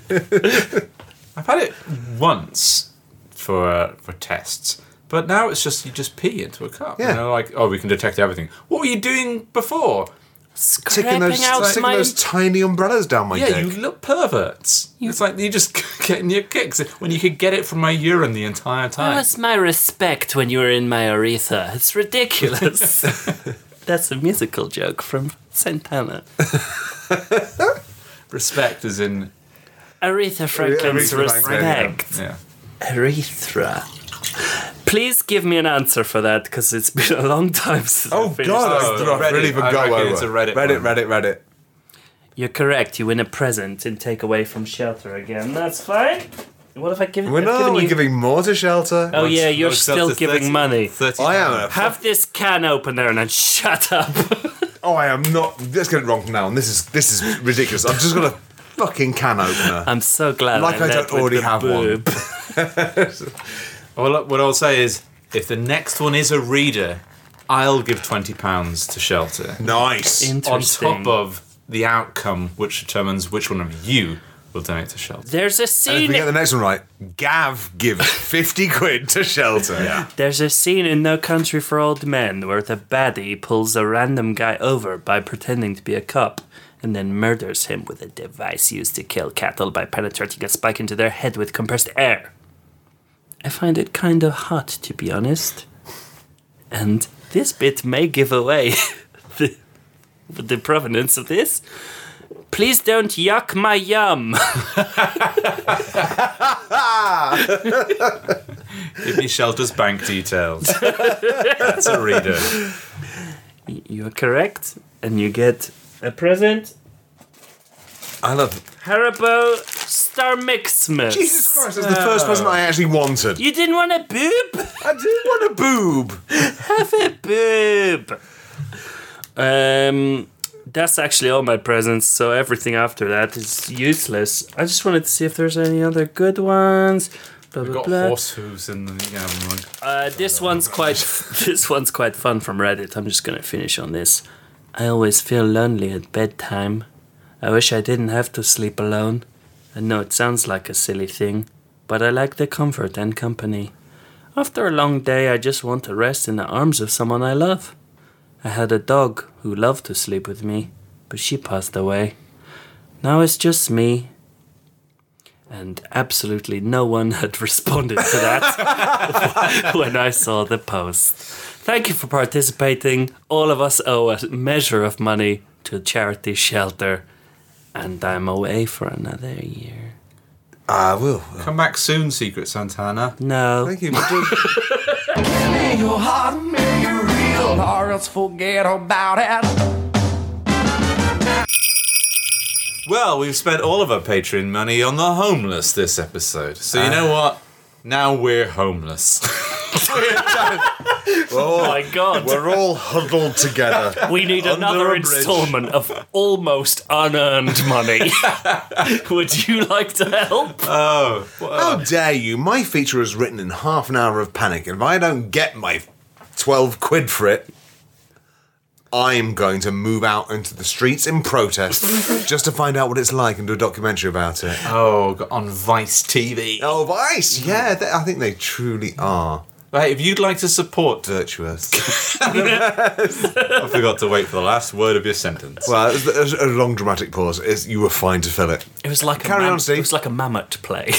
[SPEAKER 2] I've had it once for uh, for tests, but now it's just you just pee into a cup.
[SPEAKER 3] Yeah.
[SPEAKER 2] You know, like oh, we can detect everything. What were you doing before?
[SPEAKER 3] Taking
[SPEAKER 4] Scraping
[SPEAKER 3] those,
[SPEAKER 4] out
[SPEAKER 3] sticking
[SPEAKER 4] my.
[SPEAKER 3] those tiny umbrellas down my
[SPEAKER 2] Yeah, you
[SPEAKER 3] dick.
[SPEAKER 2] look perverts. It's like you just getting your kicks when you could get it from my urine the entire
[SPEAKER 4] Where
[SPEAKER 2] time.
[SPEAKER 4] was my respect when you were in my urethra? It's ridiculous. That's a musical joke from Santana.
[SPEAKER 2] Respect is in
[SPEAKER 4] Aretha Franklin's
[SPEAKER 3] Aretha Franklin, yeah.
[SPEAKER 4] respect.
[SPEAKER 2] yeah.
[SPEAKER 4] Urethra. Please give me an answer for that because it's been a long time since.
[SPEAKER 3] Oh
[SPEAKER 4] I finished
[SPEAKER 3] God!
[SPEAKER 4] this.
[SPEAKER 2] Oh,
[SPEAKER 3] I
[SPEAKER 2] Reddit.
[SPEAKER 3] really forgot
[SPEAKER 2] I reckon
[SPEAKER 3] where we
[SPEAKER 2] it's a
[SPEAKER 3] were.
[SPEAKER 2] Reddit
[SPEAKER 3] Reddit,
[SPEAKER 2] one.
[SPEAKER 3] Reddit, Reddit.
[SPEAKER 4] You're correct. You win a present and take away from shelter again. That's fine. What if I give?
[SPEAKER 3] We're
[SPEAKER 4] I've
[SPEAKER 3] not.
[SPEAKER 4] given
[SPEAKER 3] We're
[SPEAKER 4] you-
[SPEAKER 3] giving more to shelter.
[SPEAKER 4] Oh yeah, you're
[SPEAKER 2] Oh, it's up
[SPEAKER 4] still
[SPEAKER 2] to
[SPEAKER 4] giving
[SPEAKER 2] 30
[SPEAKER 4] money.
[SPEAKER 2] 30
[SPEAKER 3] I am. A,
[SPEAKER 4] Have this can opener and then shut up.
[SPEAKER 3] oh, I am not. Let's get it wrong from now. on. This is this is ridiculous. I've just got a fucking can opener.
[SPEAKER 4] I'm so glad.
[SPEAKER 3] Like I
[SPEAKER 4] led
[SPEAKER 3] don't
[SPEAKER 4] with
[SPEAKER 3] already
[SPEAKER 4] the
[SPEAKER 3] have one.
[SPEAKER 4] boob.
[SPEAKER 2] Well, what I'll say is, if the next one is a reader, I'll give twenty pounds to shelter
[SPEAKER 3] Nice.
[SPEAKER 2] on
[SPEAKER 4] Interesting.
[SPEAKER 2] top of the outcome, which determines which one of you will donate to shelter.
[SPEAKER 4] There's a
[SPEAKER 3] If we
[SPEAKER 4] scene.
[SPEAKER 3] get the next one right, Gav gives 50 quid to Shelter. Yeah.
[SPEAKER 4] There's a scene in No Country for Old Men where the baddie pulls a random guy over by pretending to be a cop and then murders him with a device used to kill cattle by penetrating a spike into their head with compressed air. I find it kind of hot, to be honest. And this bit may give away the, the provenance of this. Please don't yuck my yum.
[SPEAKER 2] Give me shelter's bank details. That's a reader.
[SPEAKER 4] You're correct, and you get a present
[SPEAKER 3] I love
[SPEAKER 4] Haribo Star Mixmas.
[SPEAKER 3] Jesus Christ, that's the first present I actually wanted.
[SPEAKER 4] You didn't want a boob?
[SPEAKER 3] I did want a boob.
[SPEAKER 4] Have a boob. Um, that's actually all my presents, so everything after that is useless. I just wanted to see if there's any other good ones. Blah,
[SPEAKER 2] We've
[SPEAKER 4] blah,
[SPEAKER 2] got
[SPEAKER 4] blah.
[SPEAKER 2] horse hooves in the yeah, I'm like,
[SPEAKER 4] Uh, this one's quite this one's quite fun from Reddit. I'm just gonna finish on this. I always feel lonely at bedtime. I wish I didn't have to sleep alone. I know it sounds like a silly thing, but I like the comfort and company. After a long day, I just want to rest in the arms of someone I love. I had a dog who loved to sleep with me, but she passed away. Now it's just me
[SPEAKER 7] And absolutely no one had responded to that when I saw the post. Thank you for participating. All of us owe a measure of money to charity shelter. And I'm away for another year.
[SPEAKER 3] I will.
[SPEAKER 2] Come back soon, Secret Santana.
[SPEAKER 7] No.
[SPEAKER 3] Thank you. Mr.
[SPEAKER 1] your heart and make it real, or else forget about it.
[SPEAKER 2] Well, we've spent all of our Patreon money on the homeless this episode. So you
[SPEAKER 3] Uh.
[SPEAKER 2] know what? Now we're homeless.
[SPEAKER 4] Oh my god.
[SPEAKER 3] We're all huddled together.
[SPEAKER 4] We need
[SPEAKER 3] Under
[SPEAKER 4] another
[SPEAKER 3] a bridge.
[SPEAKER 4] installment of almost unearned money. Would you like to help?
[SPEAKER 2] oh,
[SPEAKER 3] How dare you? My feature was written in half an hour of panic, and if I don't get my 12 quid for it, I'm going to move out into the streets in protest just to find out what it's like and do a documentary about it.
[SPEAKER 2] oh, got on Vice TV.
[SPEAKER 3] Oh, Vice! Yeah, they, I think they truly are
[SPEAKER 2] Right, if you'd like to support,
[SPEAKER 3] virtuous.
[SPEAKER 2] I forgot to wait for the last word of your sentence.
[SPEAKER 3] well, it was- it was a long dramatic pause. It's, you were fine to fill it.
[SPEAKER 4] It was like a
[SPEAKER 3] Carry
[SPEAKER 4] mam-
[SPEAKER 3] on, Steve.
[SPEAKER 4] It was like a mammoth play.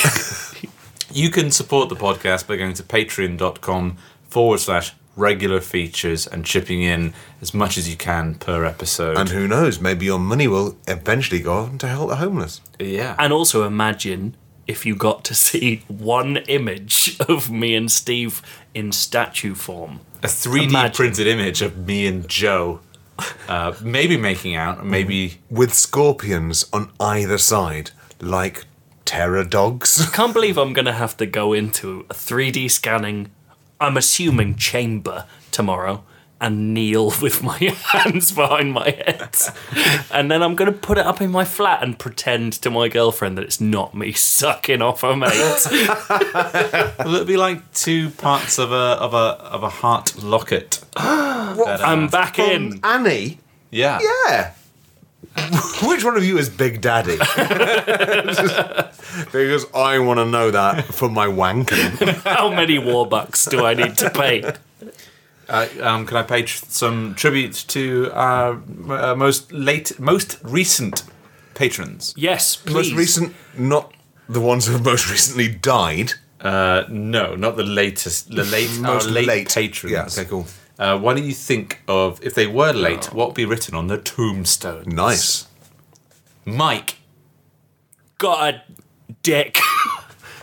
[SPEAKER 2] You can support the podcast by going to patreon.com forward slash regular features and chipping in as much as you can per episode.
[SPEAKER 3] And who knows, maybe your money will eventually go on to help the homeless.
[SPEAKER 2] yeah.
[SPEAKER 4] And also imagine if you got to see one image of me and Steve in statue form.
[SPEAKER 2] a 3D
[SPEAKER 4] Imagine.
[SPEAKER 2] printed image of me and Joe uh, maybe making out, maybe.
[SPEAKER 3] With scorpions on either side, like terror dogs.
[SPEAKER 4] Can't believe I'm going to have to go into a 3D scanning, I'm assuming chamber tomorrow. And kneel with my hands behind my head. And then I'm going to put it up in my flat and pretend to my girlfriend that it's not me sucking off her mate.
[SPEAKER 2] Well, it'd be like two parts of a of a of a heart locket. um,
[SPEAKER 4] I'm back in.
[SPEAKER 3] Annie?
[SPEAKER 2] Yeah.
[SPEAKER 3] Yeah. Which one of you is Big Daddy? because I want to know that for my wanking.
[SPEAKER 4] How many warbucks do I need to pay?
[SPEAKER 2] Uh, um, can I pay tr- some tribute to our m- uh, most late, most recent patrons?
[SPEAKER 4] Yes,
[SPEAKER 3] Most
[SPEAKER 4] please.
[SPEAKER 3] recent, not the ones who have most recently died.
[SPEAKER 2] Uh, no, not the latest. The late,
[SPEAKER 3] Most
[SPEAKER 2] our late,
[SPEAKER 3] late.
[SPEAKER 2] patrons.
[SPEAKER 3] Yeah, okay, cool.
[SPEAKER 2] Uh, why don't you think of if they were late? What would be written on the tombstone?
[SPEAKER 3] Nice.
[SPEAKER 2] Mike.
[SPEAKER 4] Got a dick.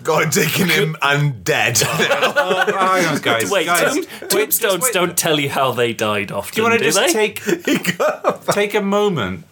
[SPEAKER 3] God, taking him and dead.
[SPEAKER 2] Hang on, guys.
[SPEAKER 4] Wait,
[SPEAKER 2] guys.
[SPEAKER 4] tomb, tombstones
[SPEAKER 2] wait.
[SPEAKER 4] don't tell you how they died often,
[SPEAKER 2] Do you want to just
[SPEAKER 4] they?
[SPEAKER 2] take take a moment?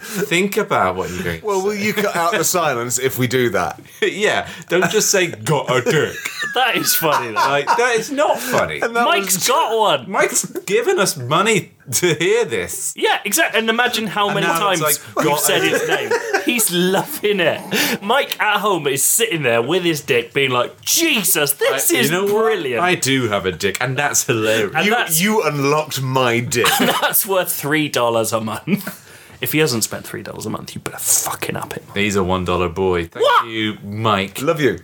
[SPEAKER 2] Think about what you're doing.
[SPEAKER 3] well, will you cut out the silence if we do that?
[SPEAKER 2] yeah, don't just say got a dick.
[SPEAKER 4] that is funny, though.
[SPEAKER 2] Like that is not funny.
[SPEAKER 3] That
[SPEAKER 4] Mike's
[SPEAKER 3] was-
[SPEAKER 4] got one.
[SPEAKER 2] Mike's given us money to hear this.
[SPEAKER 4] Yeah, exactly. And imagine how many
[SPEAKER 2] now
[SPEAKER 4] times
[SPEAKER 2] it's like,
[SPEAKER 4] you've
[SPEAKER 2] got
[SPEAKER 4] said
[SPEAKER 2] a-
[SPEAKER 4] his name. He's loving it. Mike at home is sitting there with his dick, being like, "Jesus, this is
[SPEAKER 2] what?
[SPEAKER 4] brilliant."
[SPEAKER 2] I do have a dick, and that's hilarious.
[SPEAKER 4] and
[SPEAKER 3] you,
[SPEAKER 4] that's
[SPEAKER 3] you unlocked my dick.
[SPEAKER 4] that's worth three dollars a month. If he hasn't spent three dollars a month, you better fucking up it.
[SPEAKER 2] He's a one dollar boy. Thank
[SPEAKER 4] What?
[SPEAKER 2] you, Mike.
[SPEAKER 3] Love you.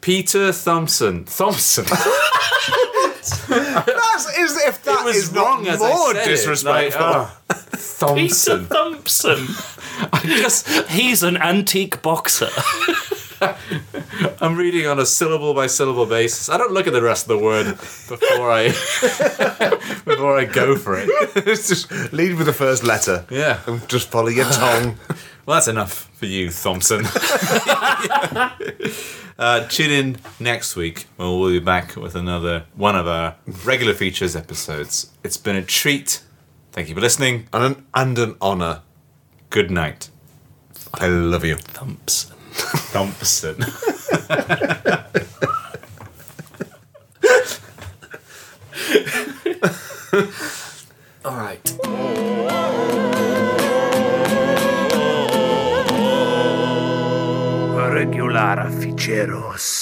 [SPEAKER 2] Peter Thompson. Thompson. it
[SPEAKER 3] That's is if that
[SPEAKER 2] was
[SPEAKER 3] is
[SPEAKER 2] wrong
[SPEAKER 3] not
[SPEAKER 2] as I
[SPEAKER 3] more
[SPEAKER 2] said it.
[SPEAKER 3] disrespectful.
[SPEAKER 2] Like, oh,
[SPEAKER 4] Peter
[SPEAKER 2] Thompson.
[SPEAKER 4] Thompson.
[SPEAKER 2] Just
[SPEAKER 4] He's an antique boxer.
[SPEAKER 2] I'm reading on a syllable by syllable basis. I don't look at the rest of the word before I before I go for it.
[SPEAKER 3] It's just lead with the first letter.
[SPEAKER 2] Yeah.
[SPEAKER 3] And just follow your tongue.
[SPEAKER 2] Well, that's enough for you, Thompson. uh, tune in next week when we'll be back with another one of our regular features episodes. It's been a treat. Thank you for listening.
[SPEAKER 3] and an, and an honour.
[SPEAKER 2] Good night,
[SPEAKER 3] I love you.
[SPEAKER 4] Thompson.
[SPEAKER 2] Thompson.
[SPEAKER 4] All right.
[SPEAKER 8] regular ficheros.